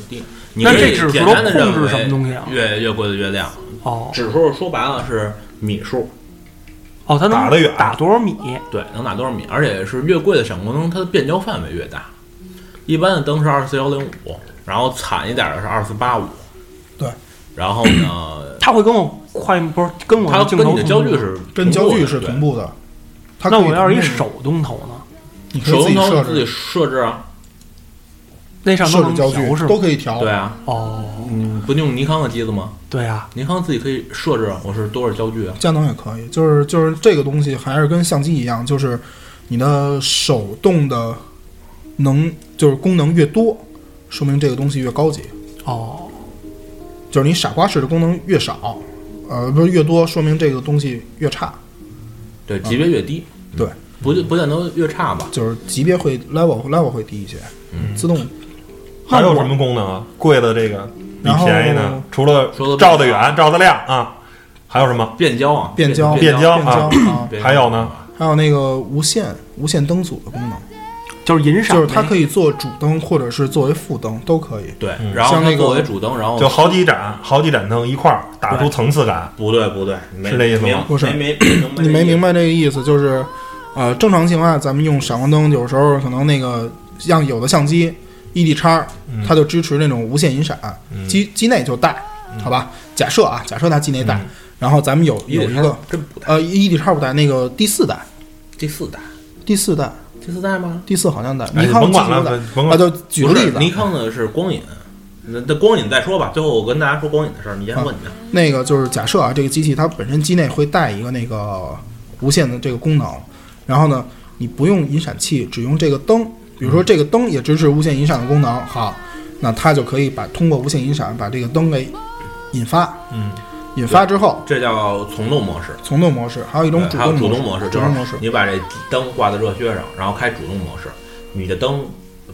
C: 你
E: 那
C: 可以
E: 这指数
C: 简单地
E: 控
C: 认
E: 制
C: 为
E: 什么东西啊
C: 越越贵的越亮，
E: 哦
C: 指数说白了是米数，
E: 哦，它能
D: 打得远
E: 打多少米？
C: 对，能打多少米？而且是越贵的闪光灯，它的变焦范围越大。一般的灯是二四幺零五，然后惨一点的是二四八五。
A: 对，
C: 然后 呢，
E: 它会跟我快不是跟我
C: 它
E: 的镜
C: 跟
E: 头
C: 你的焦距
E: 同步
C: 是
A: 跟焦距是
C: 同步的
A: 同步的，它
E: 那
A: 可以
E: 我要是一
A: 同步
E: 手动头呢？
A: 你可
C: 手
A: 以自
C: 动
A: 己设
C: 头自己
A: 置
C: 设置啊，
E: 那上
A: 设
E: 都能
A: 置焦
E: 调是
A: 距
E: 吗
A: 都可以调，
C: 对啊，
E: 哦，
C: 你不用尼康的机子吗？
E: 对啊，
C: 尼康自己可以设置啊，我是多少焦距啊？
A: 佳能也可以，就是就是这个东西还是跟相机一样，就是你的手动的能就是功能越多，说明这个东西越高级；
E: 哦，
A: 就是你傻瓜式的功能越少，呃，不是越多，说明这个东西越差，
C: 对，级别越低，
A: 啊
C: 嗯
A: 对，
C: 不不见得越差吧？
A: 就是级别会 level level 会低一些，自动
D: 还有什么功能啊？贵的这个比
A: 然后
D: 便宜呢？除了
C: 说得
D: 照得
C: 不好
D: 远、照得亮啊，还有什么？
C: 变焦啊，
A: 变焦
D: 变焦
A: 变焦啊，
C: 变
D: 还有呢？
A: 还有那个无线无线灯组的功能，
E: 就是银闪
A: 就
E: 呗，
A: 是它可以做主灯或者是作为副灯都可以。
C: 对，然后
A: 嗯像
C: 它
A: 那个
C: 作为主灯，然
F: 哦
C: 后
D: 就好几盏、好几盏灯一块儿打出
E: 对
D: 层次感。
C: 不对不对，没
D: 是这意思吗
C: 明
A: 不是
C: 没没
A: 你没明
C: 白
A: 白这个意思，就是，呃，正常情况下，咱们用闪光灯，有时候可能那个像有的相机 ED 叉，它就支持那种无线银闪，机机内就带，好吧？假设啊，假设它机内带，然后咱们有有一个
C: 真不带
A: 呃 ED 叉不带，那个第四代，
C: 第四代，
A: 第四代，
C: 第四代吗？
A: 第四好像带，
D: 哎
A: 尼康
D: 甭
A: 机
D: 管
A: 不
D: 了
A: 带，
D: 甭管
A: 啊，就举个
C: 不是
A: 例子啊，
C: 尼康的是光影，那那光影再说吧。最后我跟大家说光影的事儿，你先问你。
A: 那个就是假设啊，这个机器它本身机内会带一个那个无线的这个功能，然后呢，你不用引闪器，只用这个灯，比如说这个灯也支持无线引闪的功能，好，那它就可以把通过无线引闪把这个灯给引发，
D: 嗯，
A: 引发之后
C: 这叫从动模式，
A: 从动模式，还有一种
C: 对还有主
A: 动
C: 动
A: 模
C: 模
A: 式，
C: 式，
A: 主
C: 就是
A: 动模式，
C: 你把这灯挂在热靴上，然后开主动模式，你的灯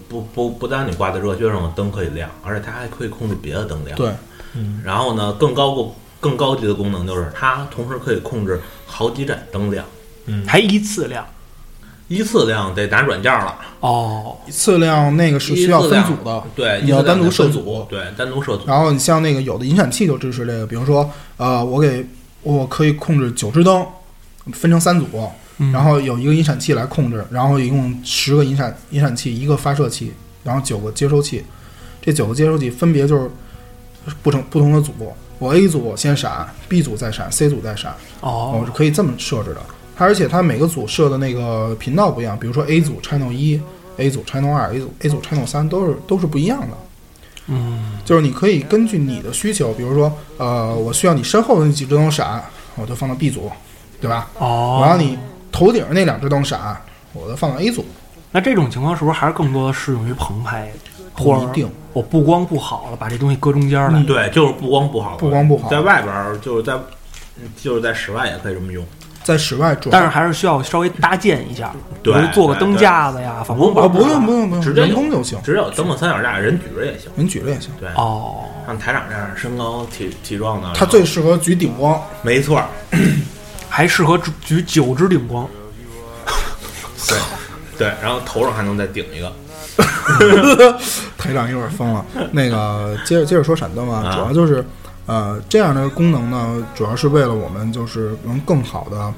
C: 不不不单你挂在热靴上的灯可以亮，而且它还可以控制别的灯亮。
A: 对，
C: 然后呢，更高过更高级的功能就是它同时可以控制好几盏灯亮，
E: 还一次亮
C: 依次亮得拿软件了，
E: 哦，
A: 次亮那个是需要分组的，
C: 对，
A: 你要
C: 依次亮
A: 单独
C: 得
A: 设
C: 分
A: 组，啊
C: 对，单独设组。
A: 然后你像那个有的引闪器就支持这个，比如说，呃，我给我可以控制九只灯，分成三组，然后有一个引闪器来控制，然后一共十个引闪引闪器，一个发射器，然后九个接收器，这九个接收器分别就是不同不同的组，我 A 组先闪，B 组再闪，C 组再闪，我
E: 哦
A: 是可以这么设置的。它而且它每个组设的那个频道不一样，比如说 A 组 channel 一，A 组 channel 二，A 组 A 组 channel 三都是都是不一样的。
E: 嗯，
A: 就是你可以根据你的需求，比如说，呃，我需要你身后的那几只灯闪，我就放到 B 组，对吧？
E: 哦，
A: 我要你头顶那两只灯闪，我就放到 A 组。
E: 那这种情况是不是还是更多的适用于棚拍，
A: 不
E: 或者
A: 一定嗯
E: 我布光布好了，把这东西搁中间来，
C: 嗯对，就是布光不好，
A: 布光不好
C: 在外边儿就是在就是在室外也可以这么用。
A: 在室外主要，
E: 但是还是需要稍微搭建一下，
C: 对
E: 比如做个
C: 对
E: 灯
C: 对
E: 架子呀，反光板
A: 啊，
E: 啊
A: 不用不用不用，
C: 直接
A: 人
C: 有
A: 工就行，嗯
C: 只有灯个三脚架，人举着也行。
A: 人举着也行。
C: 对，
E: 哦，
C: 像台长这样身高体体壮的，
A: 它最适合举顶光，
C: 没错儿，
E: 还适合举举九支顶光，
C: 对对，然后头上还能再顶一个。
A: 台长一会儿疯了。那个接着接着说闪灯啊，
C: 啊
A: 主要就是，呃，这样的功能呢，主要是为了我们就是能更好的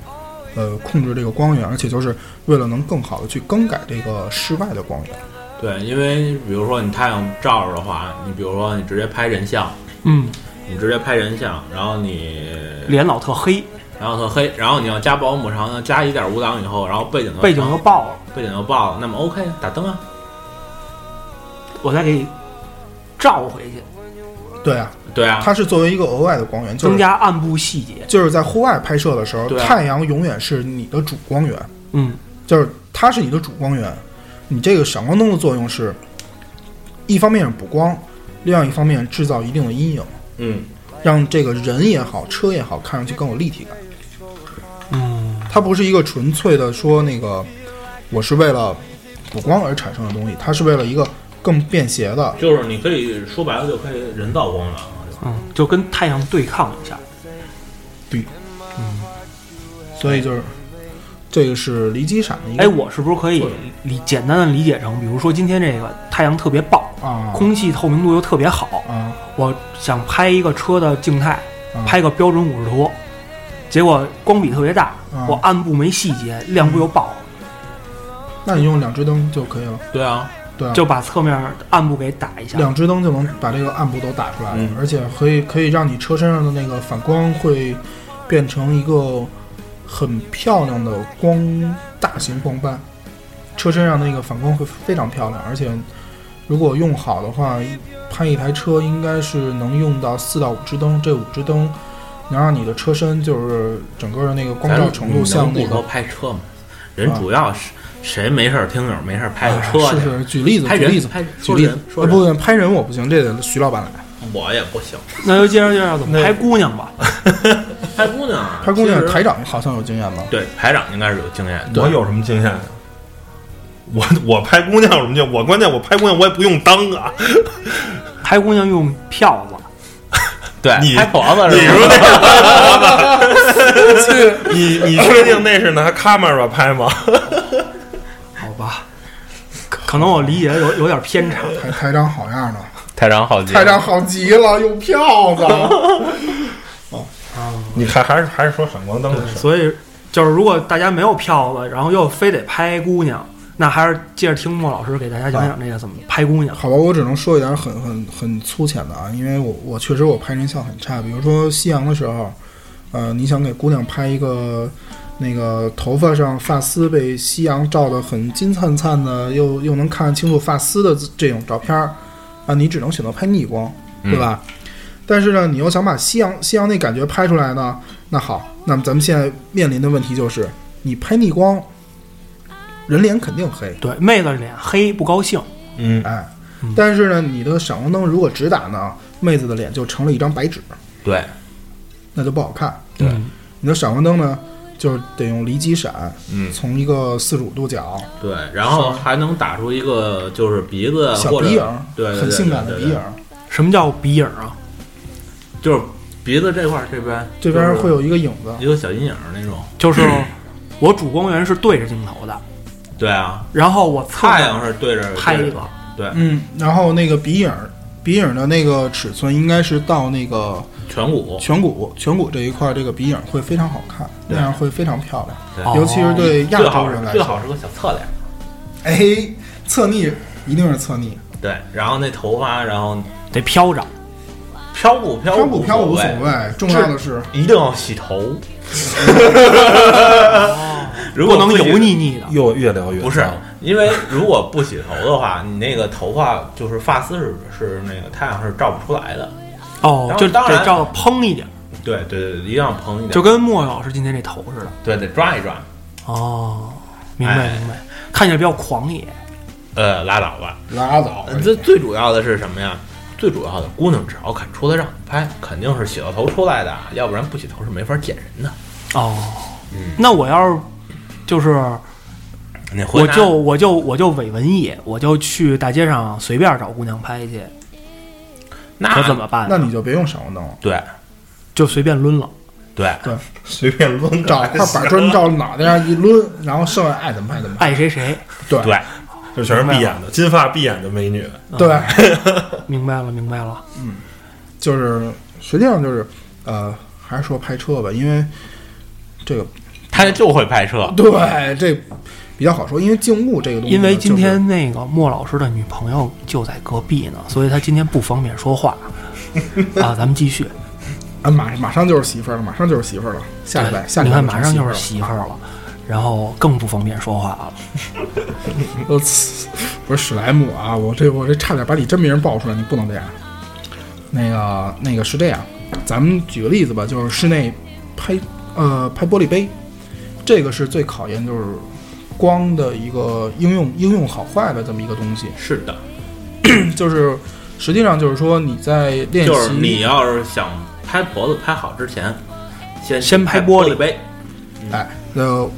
A: 呃控制这个光源，而且就是为了能更好的去更改这个室外的光源。
C: 对，因为比如说你太阳照着的话，你比如说你直接拍人像，
E: 嗯，
C: 你直接拍人像，然后你
E: 脸老特黑，
C: 然后特黑，然后你要加保姆长呢，加一点五档以后，然后背景就
E: 背景就爆了。
C: 背景就爆了，那么 OK 打灯啊，
E: 我再给你照回去，
A: 对啊，
C: 对啊，
A: 它是作为一个额外的光源，就
E: 增
A: 是
E: 加暗部细节。
A: 就是在户外拍摄的时候，
C: 对啊
A: 太阳永远是你的主光源，
E: 嗯，
A: 就是它是你的主光源。你这个闪光灯的作用是，一方面是补光，另外一方面制造一定的阴影，
C: 嗯，
A: 让这个人也好，车也好，看上去更有立体感。
E: 嗯，
A: 它不是一个纯粹的说那个我是为了补光而产生的东西，它是为了一个更便携的。
C: 就是你可以说白了就可以人造光源了。
E: 嗯，就跟太阳对抗一下。嗯
A: 所以就是这个是离机闪的一个。
E: 哎，我是不是可以理简单的理解成，比如说今天这个太阳特别爆，
A: 啊
E: 空气透明度又特别好，
A: 啊
E: 我想拍一个车的静态，
A: 啊
E: 拍个标准五十图，结果光比特别大
A: 啊，
E: 我暗部没细节，亮部又爆了，
A: 那你用两只灯就可以了。
C: 对啊，
A: 对啊，
E: 就把侧面暗部给打一下。
A: 两只灯就能把这个暗部都打出来了，
C: 嗯
A: 而且可以可以让你车身上的那个反光会变成一个很漂亮的光大型光斑，车身上那个反光会非常漂亮，而且如果用好的话，一拍一台车应该是能用到四到五只灯，这五只灯能让你的车身就是整个的那个光照程度像
C: 咱
A: 那
C: 不说
A: 个。
C: 拍车嘛，人
A: 啊
C: 主要是谁没事儿听友没事儿拍个车
A: 是
C: 去，
A: 是，举例子，
C: 拍
A: 举
C: 人
A: 例子，
C: 拍
A: 举
C: 说
A: 例
C: 人
A: 子。
C: 说
A: 啊
C: 人
A: 不对，拍人我不行，这得徐老板来。
C: 我也不行，
E: 那就介绍介绍怎么
D: 那
E: 拍姑娘吧。
C: 拍姑娘啊，
A: 拍姑娘
C: 其实
A: 台长好像有经验吧？
C: 对排长应该是有经验，对
D: 我有什么经验啊？我我拍姑娘有什么经验？我关键我拍姑娘我也不用当 啊，
E: 拍姑娘用票子，
C: 对
D: 你
C: 拍婆子
D: 你
C: 是
D: 说
C: 吧？
D: 你你确定那是拿 camera 拍吗？
E: 好吧？可能我理解有有点偏差。
A: 台台长好样的，
C: 台长好极
A: 台长好极了，有票子。
D: 你还还是还是说闪光灯的事儿？
E: 嗯所以就是，如果大家没有票子，然后又非得拍姑娘，那还是接着听莫老师给大家讲讲这个怎么拍姑娘。
A: 好吧，我只能说一点很很很粗浅的啊，因为我我确实我拍人像很差，比如说夕阳的时候，呃，你想给姑娘拍一个那个头发上发丝被夕阳照得很金灿灿的，又又能看清楚发丝的这种照片儿啊，你只能选择拍逆光，对吧？但是呢，你又想把夕阳夕阳那感觉拍出来呢，那好，那么咱们现在面临的问题就是，你拍逆光，人脸肯定黑，
E: 对，妹子脸黑不高兴，
D: 嗯，
A: 哎，但是呢，你的闪光灯如果直打呢，妹子的脸就成了一张白纸，
C: 对，
A: 那就不好看。
C: 对
E: 嗯
A: 你的闪光灯呢，就是得用离机闪，
C: 嗯
A: 从一个四十五度角
C: 对，然后还能打出一个就是鼻子呃
A: 小
C: 或者
A: 鼻影儿，
C: 对，对
A: 很性感的鼻，
C: 对
A: 影
C: 对
A: 儿，
E: 什么叫鼻影啊？
C: 对就是鼻子这块儿这边
A: 这边会
C: 有
A: 有一个影子。
C: 一个小阴影儿那种。
E: 就是我主光源是对着镜头的，
C: 对啊，
E: 然后我侧
C: 太阳
E: 面
C: 是对着
E: 拍一个，，
C: 对，
A: 嗯，然后那个鼻影儿，鼻影儿的那个尺寸应该是到那个
C: 颧骨，
A: 颧骨，颧骨这一块，这个鼻影儿会非常好看，那
C: 对
A: 样会非常漂亮，
C: 对
E: 哦
A: 尤其是对亚
C: 最
A: 洲
C: 好
A: 人来
C: 最
A: 说，
C: 好是个小侧脸。
A: 哎，侧逆一定是侧逆，
C: 对，然后那头发，然后
E: 得飘着。
C: 飘不飘
A: 漂不
C: 不
A: 漂无所
C: 谓，
A: 谓，重要的是。
C: 一定要洗 头。如
E: 不
C: 果
E: 能
C: 自己
E: 油腻腻的，
D: 又越聊越
C: 不是，因为如果不洗头的话，你那个头发就是发丝是是那个太阳是照不出来的。
E: 哦，
C: 当
E: 就
C: 当然
E: 得照蓬一点，
C: 对对对，哎一定要蓬一点，
E: 就跟莫老师今天这头似的。
C: 对得抓一抓。
E: 哦，明白
C: 哎
E: 明白，看起来比较狂野。
C: 呃，拉倒吧。
A: 拉倒吧，
C: 这呃最主要的是什么呀？最主要的，姑娘只要肯出来让你拍，肯定是洗了头出来的，啊要不然不洗头是没法见人的。
E: 哦
C: 嗯，
E: 那我要是就是
C: 你回
E: 我
C: 答
E: 就我就我就伪文艺，我就去大街上随便找姑娘拍去，可
C: 那
E: 怎么办
A: 那
E: 呢？
A: 你就别用闪 光灯了，
C: 对
E: 就随便抡了。
C: 对
D: 随便抡
A: 找块板砖照脑袋上一抡，然后剩下爱怎么拍怎么拍。
E: 爱谁 谁，
A: 对
C: 对，
D: 这全是闭眼的，金发碧眼的美女。
A: 对，
E: 明白了，明白了。
A: 就是实际上就是，呃，还是说拍车吧，因为这个
C: 他就会拍车，
A: 对这比较好说，因为静物这个东西
E: 因
A: 呢，
E: 为今
A: 嗯就是
E: 天那个莫老师的女朋友就在隔壁呢，所以他今天不方便说 话啊。咱们继续，
A: 啊，马马上就是媳妇儿了，马上就是媳妇儿了，下礼拜下礼
E: 你
A: 拜
E: 看马上就是
A: 媳
E: 媳妇儿了，然后更不方便说话了。
A: 妇儿了，呃呲不是史莱姆啊，我这我这差点把你真名报出来，你不能这样。那个那个是这样，咱们举个例子吧，就是室内拍呃拍玻璃杯，这个是最考验就是光的一个应用应用好坏的这么一个东西，
C: 是的，
A: 就是实际上就是说你在练习，
C: 就是你要是想拍脖子拍好之前，先
E: 先拍
C: 拍
E: 玻璃
C: 璃杯，
A: 哎，呃，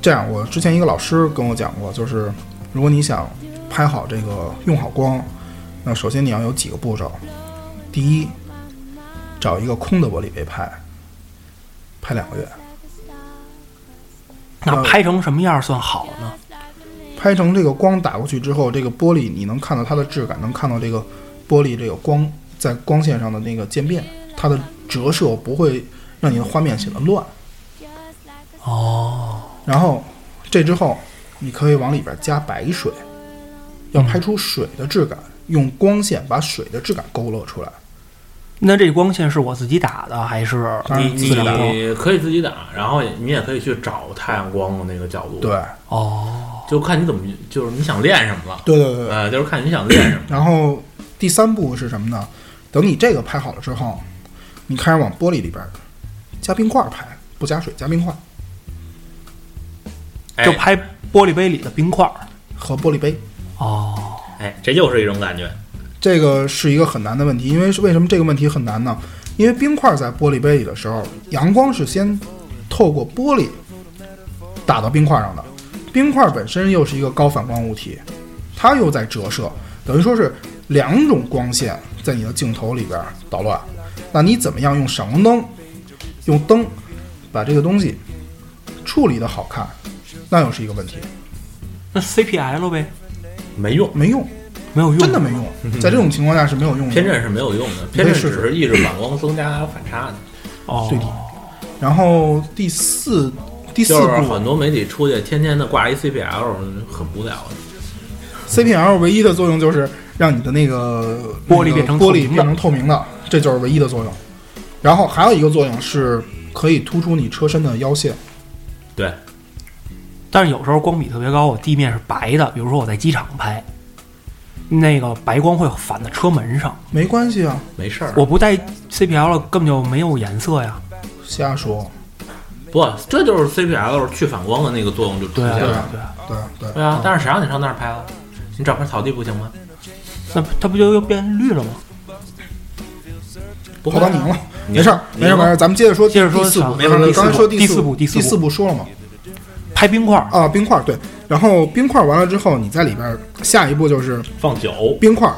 A: 这样，我之前一个老师跟我讲过，就是如果你想拍好这个用好光，那首先你要有几个步骤。第一，找一个空的玻璃杯拍，拍两个月，呃
E: 那拍成什么样算好呢？
A: 拍成这个光打过去之后，这个玻璃你能看到它的质感，能看到这个玻璃这个光在光线上的那个渐变，它的折射不会让你的画面显得乱。
E: 哦，
A: 然后这之后，你可以往里边加白水，要拍出水的质感，用光线把水的质感勾勒出来。
E: 那这光线是我自己打的还是
A: 当
C: 你
A: 然
E: 自
A: 自己
E: 然
A: 打
E: 光？
C: 你可以自己打，然后你也可以去找太阳光的那个角度，
A: 对，，
E: 哦，
C: 就看你怎么就是你想练什么了，
A: 对对对对。
C: 呃，就是看你想练什么。
A: 然后第三步是什么呢？等你这个拍好了之后，你开始往玻璃里边加冰块拍，不加水，加冰块
C: 哎
E: 就拍玻璃杯里的冰块儿。
A: 和玻璃杯。
E: 哦，
C: 哎，这就是一种感觉，
A: 这个是一个很难的问题，因为是为什么这个问题很难呢？因为冰块在玻璃杯里的时候，阳光是先透过玻璃打到冰块上的，冰块本身又是一个高反光物体，它又在折射，等于说是两种光线在你的镜头里边捣乱。那你怎么样用闪光灯，用灯把这个东西处理的好看，那又是一个问题，
E: 那 CPL 呗，
C: 没用。
A: 没用，
E: 没有用，
A: 真的没。用，在这种情况下是没有用的。
C: 偏振是没有用的，偏振只是抑制反光增加反差的。
E: 哦，
A: 对然后第四第四
C: 就是
A: 步啊
C: 很多媒体出去天天的挂一 CPL，很无聊的。
A: ，CPL 唯一的作用就是让你的那个
E: 玻璃
A: 那个
E: 变成
A: 玻
E: 透
A: 璃
E: 明的
A: 变成透明的，这就是唯一的作用。然后还有一个作用是可以突出你车身的腰线，
C: 对，
E: 但是有时候光比特别高，我地面是白的，比如说我在机场拍，那个白光会反在车门上，
A: 没关系啊，
C: 没事儿。
E: 我不带 CPL 根本就没有颜色呀。
A: 瞎说，
C: 不，这就是 CPL 去反光的那个作用就出
E: 对
C: 现
E: 啊，对
C: 了。
E: 啊，对啊，
A: 对对
C: 对啊，但是谁让你上那儿拍了？你找片草地不行吗？
E: 那它不就又变绿了吗？
C: 不
A: 跑
C: 会
A: 到
C: 啊
A: 你赢了，
C: 你
A: 没事儿，
C: 你
A: 没事儿，没事儿，咱们接着说，
E: 接着说
A: 第四步，
E: 没事儿
A: 呃
E: 第四
A: 刚才
E: 步
A: 说
E: 第
A: 四
E: 四步第四
A: 第
E: 步
A: 四步说了吗？
E: 拍冰块儿，
A: 啊，冰块儿对，然后冰块儿完了之后，你在里边儿下一步就是
C: 放酒，
A: 冰块儿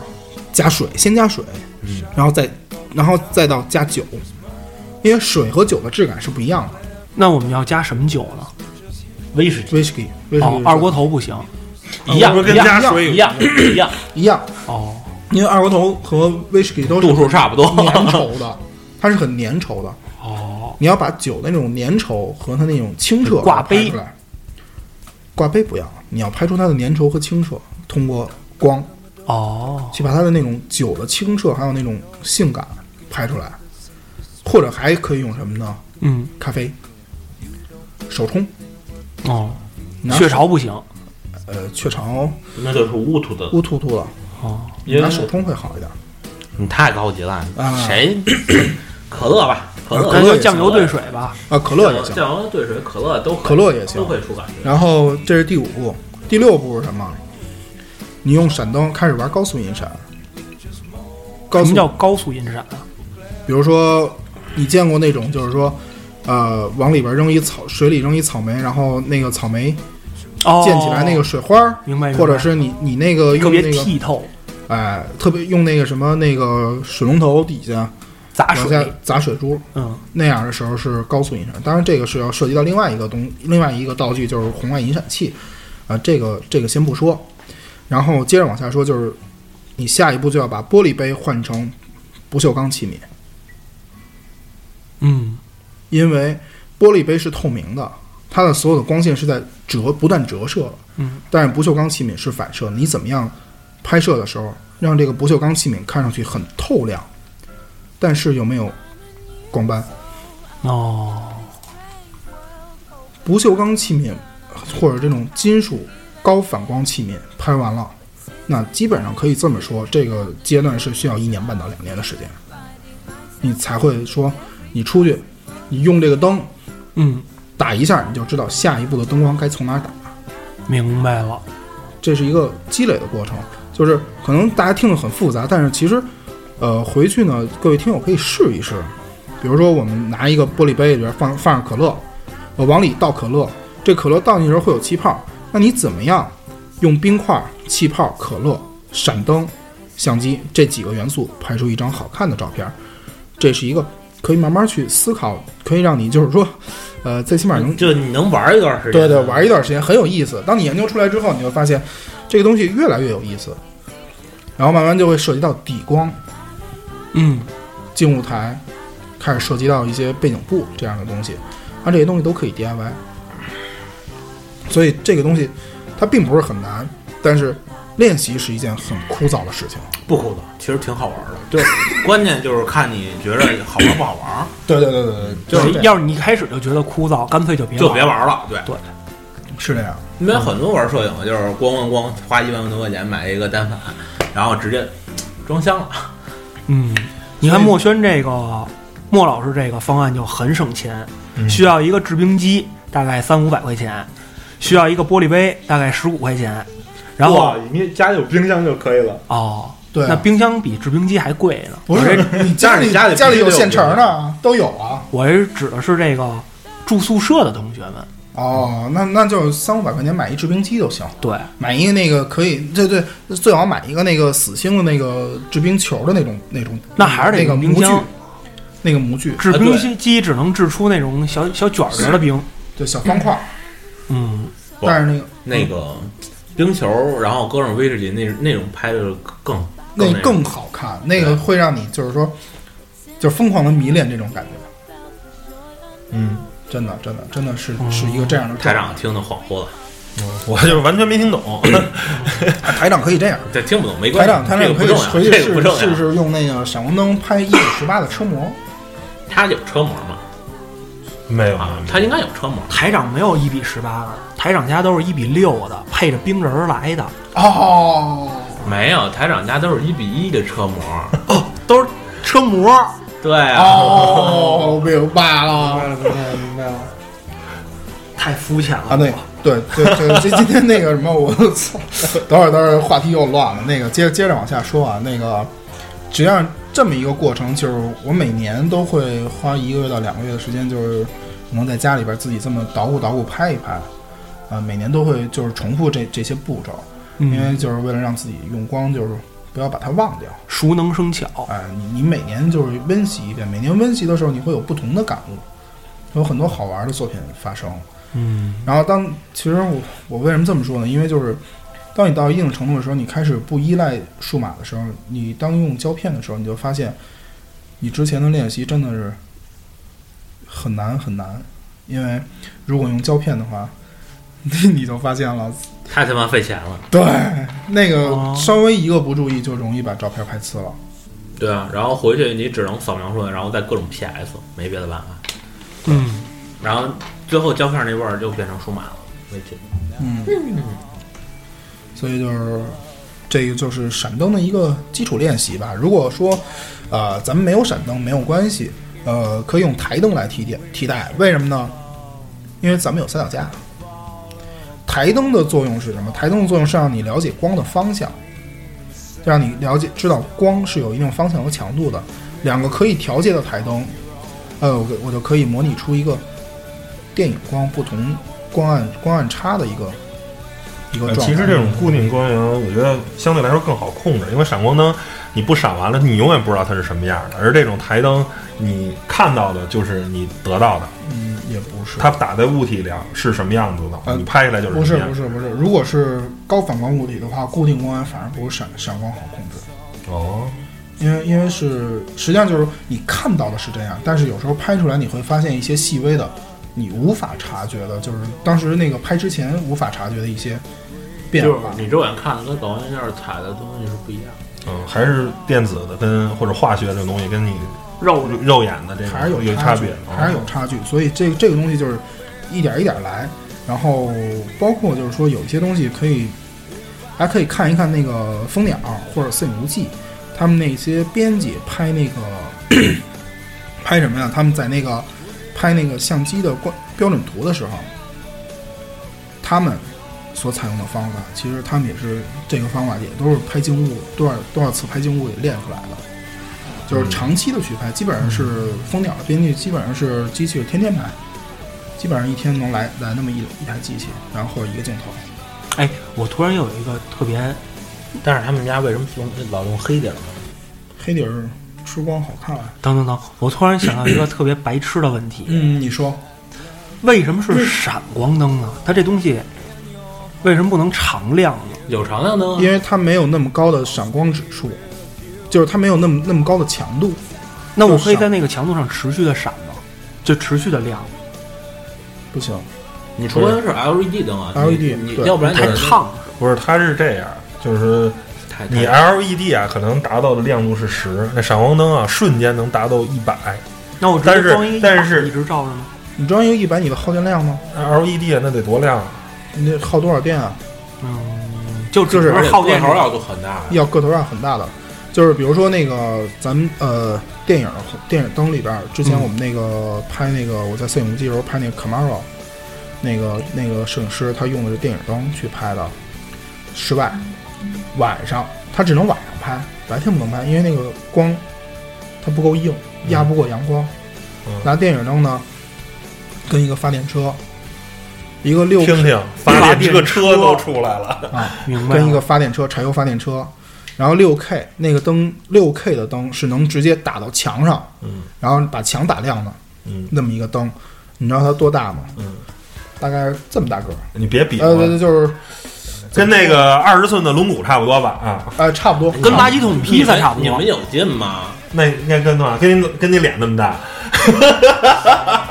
A: 加水，先加水，
E: 嗯
A: 然后再然后再到加酒，因为水和酒的质感是不一样的。
E: 那我们要加什么酒呢？
C: 威士忌
A: whisky whisky
E: 哦
A: 是，
E: 二锅头不行。
C: 一样
D: 我们跟
C: 一样
D: 加水有
C: 一样一样，
A: 一样，
E: 哦，
A: 因为二锅头和 whisky 都是
C: 度数差不多。
A: 粘稠 的，它是很粘稠的。
E: 哦，
A: 你要把酒那种粘稠和它那种清澈
E: 挂杯
A: 拍出来，挂杯不要，你要拍出它的粘稠和清澈，通过光
E: 哦，
A: 去把它的那种酒的清澈还有那种性感拍出来，或者还可以用什么呢？
E: 嗯，
A: 咖啡，手冲，
E: 哦，
A: 拿
E: 雀巢不行。
A: 呃雀巢
C: 那就是乌秃的，
A: 乌突突了，
E: 哦，
A: 你
C: 因
A: 拿
C: 为
A: 手冲会好一点。
C: 你太高级了
A: 啊，
C: 谁？可乐吧，可乐，
E: 那
A: 可
E: 就
A: 乐也行
E: 酱油兑水吧。
A: 啊，可
C: 酱
A: 乐
C: 油
A: 也行。
C: 酱油兑水，可乐都可以
A: 可乐也行
C: 都会出感觉。
A: 然后这是第五步，第六步是什么？你用闪灯开始玩高速引闪。高
E: 什
A: 速
E: 么，叫高速引闪啊？
A: 比如说你见过那种，就是说，呃，往里边扔一草，水里扔一草莓，然后那个草莓
E: 哦，
A: 溅起来那个水花儿，
E: 明白明白
A: 或者是你你那个
E: 特
A: 用
E: 别
A: 那个，
E: 剔透，
A: 哎，特别用那个什么那个水龙头底下
E: 砸
A: 往下
E: 啊水。
A: 砸水珠，
E: 嗯，
A: 那样的时候是高速引闪，当然这个是要涉及到另外一个东，另外一个道具就是红外引闪器，啊、这个这个先不说，然后接着往下说，就是你下一步就要把玻璃杯换成不锈钢器皿，
E: 嗯
A: 因为玻璃杯是透明的，它的所有的光线是在折不断折射的。
E: 嗯，
A: 但是不锈钢器皿是反射，你怎么样拍摄的时候让这个不锈钢器皿看上去很透亮，但是又没有光斑？
E: 哦，
A: 不锈钢器皿或者这种金属高反光器皿拍完了，那基本上可以这么说，这个阶段是需要一年半到两年的时间，你才会说你出去，你用这个灯
E: 嗯，
A: 打一下，你就知道下一步的灯光该从哪儿打。
E: 明白了，
A: 这是一个积累的过程，就是可能大家听得很复杂，但是其实，呃，回去呢，各位听友可以试一试，比如说我们拿一个玻璃杯里边放放上可乐，我往里倒可乐，这可乐倒进去的时候会有气泡，那你怎么样用冰块、气泡、可乐、闪灯、相机这几个元素拍出一张好看的照片？这是一个可以慢慢去思考，可以让你就是说，呃，最起码能
C: 就你能玩一段时间，
A: 对对，玩一段时间很有意思。当你研究出来之后，你会发现这个东西越来越有意思，然后慢慢就会涉及到底光、
E: 嗯，
A: 静物台，开始涉及到一些背景布这样的东西，它这些东西都可以 DIY。所以这个东西它并不是很难，但是练习是一件很枯燥的事情。
C: 不枯燥，其实挺好玩的。就关键就是看你觉得好玩不好玩，
A: 对对对对对，
E: 就是哎
A: 这样
E: 要是你一开始就觉得枯燥，干脆就别
C: 就别玩了。对，
A: 是这样。
C: 因为很多玩摄影的就是咣咣咣花一万多块钱买一个单反，然后直接装箱了。
E: 嗯，你看墨轩这个莫老师这个方案就很省钱，需要一个制冰机，大概三五百块钱，需要一个玻璃杯，大概十五块钱，然后
F: 哇你家里有冰箱就可以了。
E: 哦，
A: 对啊
E: 那冰箱比制冰机还贵呢。
A: 不
E: 我
A: 是
E: 这
A: 你家里
C: 家里
A: 家里有
C: 必须得有
A: 现成的，都有啊。
E: 我这指的是这个住宿舍的同学们，
A: 哦，那那就三五百块钱买一制冰机就行。
E: 对，
A: 买一个那个可以，对对，最好买一个那个死星的那个制冰球的那种那种，
E: 那还是得
A: 那个
E: 用冰
A: 模具
E: 箱，
A: 那个模具，
E: 制
C: 啊
E: 冰
C: 对
E: 机机只能制出那种小小卷儿的冰，
A: 对小方块儿，
E: 嗯，
C: 不
A: 但是那个
C: 那个冰球，然后搁上威士忌，那那种拍的更
A: 那
C: 更
A: 更好看，那个会让你就是说，就疯狂的迷恋这种感觉，
D: 嗯，
A: 真的真的真的是
E: 嗯
A: 是一个这样的
C: 台长听得恍惚了，
D: 我就是完全没 听懂。
A: 啊台长可以这样，
C: 这听不懂没关
A: 台
C: 系，
A: 长台
C: 这个
A: 长
C: 不
A: 可以
C: 重要，
A: 回去
C: 这个不
A: 试
C: 重
A: 试
C: 要。
A: 试用那个闪光灯拍一九十八的车模，
C: 他有车模吗？
D: 没有
C: 啊，他应该有车模。
E: 台长没有一比十八的，台长家都是一比六的，配着冰人儿来的，
A: 哦，
C: 没有，台长家都是一比一的车 模。
E: 都是车模。
C: 对啊，
A: 哦，明白了。
E: 明白了，明白了，明白了。太肤浅了
A: 啊，对对对对，这今天那个什么，我 操，等会儿等会儿话题又乱了。那个接接着往下说啊，那个实际上这么一个过程，就是我每年都会花一个月到两个月的时间，就是可能在家里边自己这么捣鼓捣鼓拍一拍，啊，每年都会就是重复这这些步骤，
E: 嗯
A: 因为就是为了让自己用光，就是不要把它忘掉。
E: 熟能生巧。
A: 哎，你你每年就是温习一遍，每年温习的时候你会有不同的感悟，有很多好玩的作品发生。
E: 嗯
A: 然后当其实我我为什么这么说呢？因为就是当你到一定程度的时候，你开始不依赖数码的时候，你当用胶片的时候，你就发现你之前的练习真的是很难很难，因为如果用胶片的话， 你你就发现了，
C: 太他妈费钱了。
A: 对那个
E: 哦
A: 稍微一个不注意就容易把照片拍呲了。
C: 对啊，然后回去你只能扫描出来，然后再各种 PS，没别的办法。
E: 嗯，
C: 然后最后胶片那味儿就变成数码了，没劲。
A: 嗯，所以就是这个就是闪灯的一个基础练习吧。如果说呃咱们没有闪灯没有关系，呃可以用台灯来替代替代。为什么呢？因为咱们有三脚架。台灯的作用是什么？台灯的作用是让你了解光的方向，让你了解知道光是有一定方向和强度的。两个可以调节的台灯，呃，我我就可以模拟出一个电影光不同光暗光暗差的一个一个
D: 呃
A: 状态。
D: 其实这种固定光源，我觉得相对来说更好控制，因为闪光灯你不闪完了，你永远不知道它是什么样的。而这种台灯，你看到的就是你得到的，
A: 嗯也不是，
D: 它打在物体上是什么样子的，
A: 呃
D: 你拍下来就是
A: 不
D: 什
A: 是
D: 么样
A: 不是不是，如果是高反光物体的话，固定光源反而不如闪闪光好控制。
D: 哦，
A: 因为因为是实际上就是你看到的是这样，但是有时候拍出来你会发现一些细微的，你无法察觉的，就是当时那个拍之前无法察觉的一些变
C: 就是
A: 化。
C: 你肉眼看的跟抖音那儿采的东西是不一样的。
D: 嗯，还是电子的跟或者化学这种东西跟你
E: 肉
D: 肉眼的这个
A: 还是有
D: 有
A: 差
D: 差别，嗯
A: 还是有差距。所以这这个东西就是一点一点来，然后包括就是说有一些东西可以，还可以看一看那个蜂鸟或者摄影无忌，他们那些编辑拍那个拍什么呀？他们在那个拍那个相机的光标准图的时候，他们。所采用的方法，其实他们也是这个方法，也都是拍静物多少多少次拍静物也练出来的。就是长期的去拍，基本上是蜂鸟的编剧，基本上是机器是天天拍，基本上一天能来来那么一一台机器，然后一个镜头。
E: 哎，我突然有一个特别，
C: 但是他们家为什么用老用黑底儿呢？
A: 黑底儿吃光好看啊。
E: 等等等，我突然想到一个特别白痴的问题：
A: 嗯，你说
E: 为什么是闪光灯呢？它这东西为什么不能常亮呢？
C: 有长亮灯啊
A: 因，为它没有那么高的闪光指数，就是它没有那么那么高的强度。
E: 那我可以在那个强度上持续的闪吗？就持续的亮，
A: 不行，
C: 你除非是 LED 灯啊
A: LED
C: 你你
A: 对
C: 要不然
E: 太
C: 就是
E: 烫了。
D: 不是，它是这样，就是
C: 太
D: 你
A: 哎
C: 太
D: LED 啊，可能达到的亮度是十，那闪光灯啊，瞬间能达到一百。
E: 那我直
D: 但
E: 接
D: 是
E: 装一
D: 但是
E: 一直照着吗？
A: 你装一个一百，你的耗电量吗？
D: 那 LED 啊那得多亮啊！
A: 你得耗多少电啊？
E: 嗯，就只
A: 就是
E: 是耗电
C: 个头要就很大了。
A: 要个头要很大的，就是比如说那个咱们呃电影电影灯里边儿，之前
D: 嗯
A: 我们那个拍那个、我在摄影机时候拍那个 Camaro，那个那个摄影师他用的是电影灯去拍的，室外
D: 嗯
A: 晚上他只能晚上拍，白天不能拍，因为那个光它不够硬，压不过阳光。
D: 嗯
A: 拿电影灯呢，跟一个发电车，一个六
D: 听听，
E: 发
D: 发
E: 电
D: 电这个车
E: 车
D: 都出来了，
E: 明白了？
A: 跟一个发电车，柴油发电车，然后六 K 那个灯，六 K 的灯是能直接打到墙上，
D: 嗯，
A: 然后把墙打亮的，
D: 嗯，
A: 那么一个灯，你知道它多大吗？
D: 嗯，啊
A: 大概这么大个儿，
D: 你别比划，
A: 呃，对对就是
D: 跟那个二十寸的轮毂差不多吧？啊，
A: 呃差不多，
E: 跟垃圾桶披萨差不
C: 你
E: 多
C: 们。有劲吗？
D: 那应该跟多少？跟你跟你脸那么大，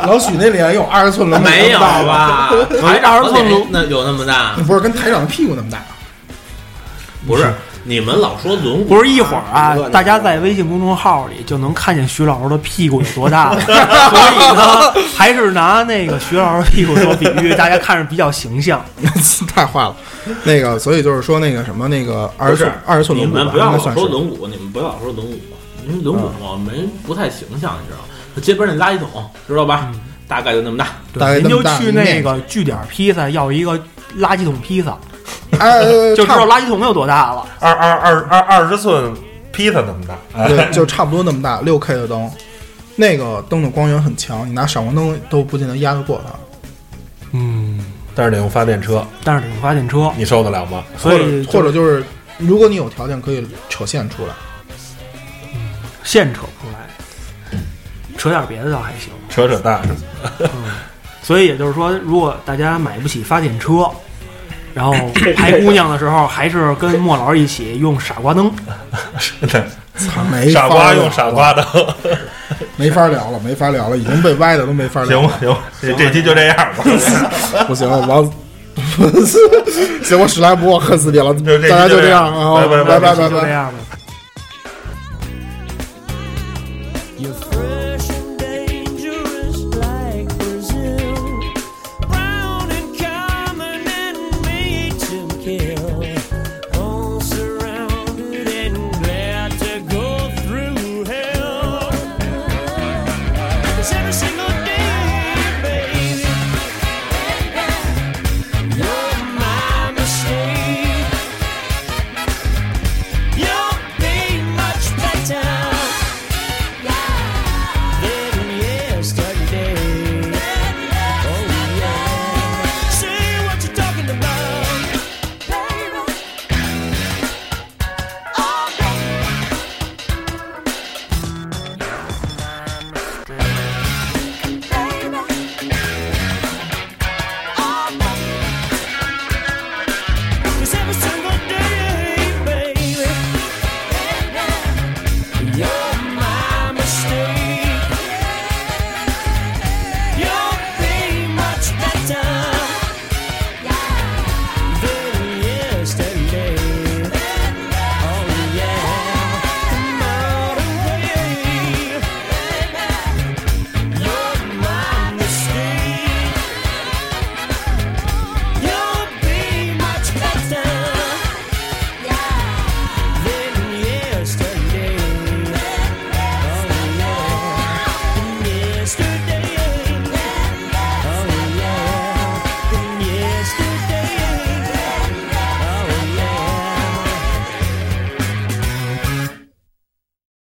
A: 老许那脸有二十寸轮毂
C: 没
A: 那
C: 有
A: 么大吗？
C: 吧？台长寸轮那有那么大？
A: 不是跟台长的屁股那么大，
C: 不是，你们老说轮毂，
E: 不是一会儿啊，大家在微信公众号里就能看见徐老师的屁股有多大 了，所以呢，还是拿那个徐老师屁股做比喻，大家看着比较形象。
A: 太坏了。那个，所以就是说那个什么那个二
C: 不是
A: 十寸二十寸
C: 你们
A: 轮毂吧，
C: 不要
A: 应该
C: 老
A: 算
C: 说
A: 是。嗯
C: 轮毂，你们不要老说轮毂，因为轮毂我没不太形象，你知道吗？街边那垃圾桶，知道吧？
A: 嗯
C: 大概就那么大。
A: 大概
E: 您
A: 这
E: 就
A: 么大
E: 去那个据点披萨要一个垃圾桶披萨，
A: 哎，
E: 就知
A: 差不
E: 道垃圾桶有多大了。
D: 二二二二二十寸披萨那么大。哎
A: 对，就差不多那么大，六 K 的灯，那个灯的光源很强，你拿闪光灯都不见得压得过它，
E: 嗯，
D: 但是得用发电车，
E: 但是得用发电车，
D: 你受得了吗？
E: 所
A: 或
E: 以
A: 者或者就是，如果你有条件可以扯线出 来，
E: 现扯不出来，扯点别的倒还行。
D: 扯扯淡，
E: 所以也就是说，如果大家买不起发电车，然后拍姑娘的时候，还是跟莫老师一起用傻瓜灯。
A: 没
D: 傻
A: 法
D: 瓜
A: 聊
D: 用
A: 哎了
D: 傻瓜的，
A: 没法聊了，没法聊了，已经被歪的都没法聊
D: 行
A: 了，
D: 吧行吧，这这期就这样吧。
A: 不行，王， 行，我史莱姆，我恨死你了，
D: 就这
A: 大家
D: 就
A: 就
D: 这
A: 这
D: 样
A: 样啊，
D: 拜拜
A: 拜
D: 拜
A: 拜
E: 就
A: 拜
E: 这。样吧。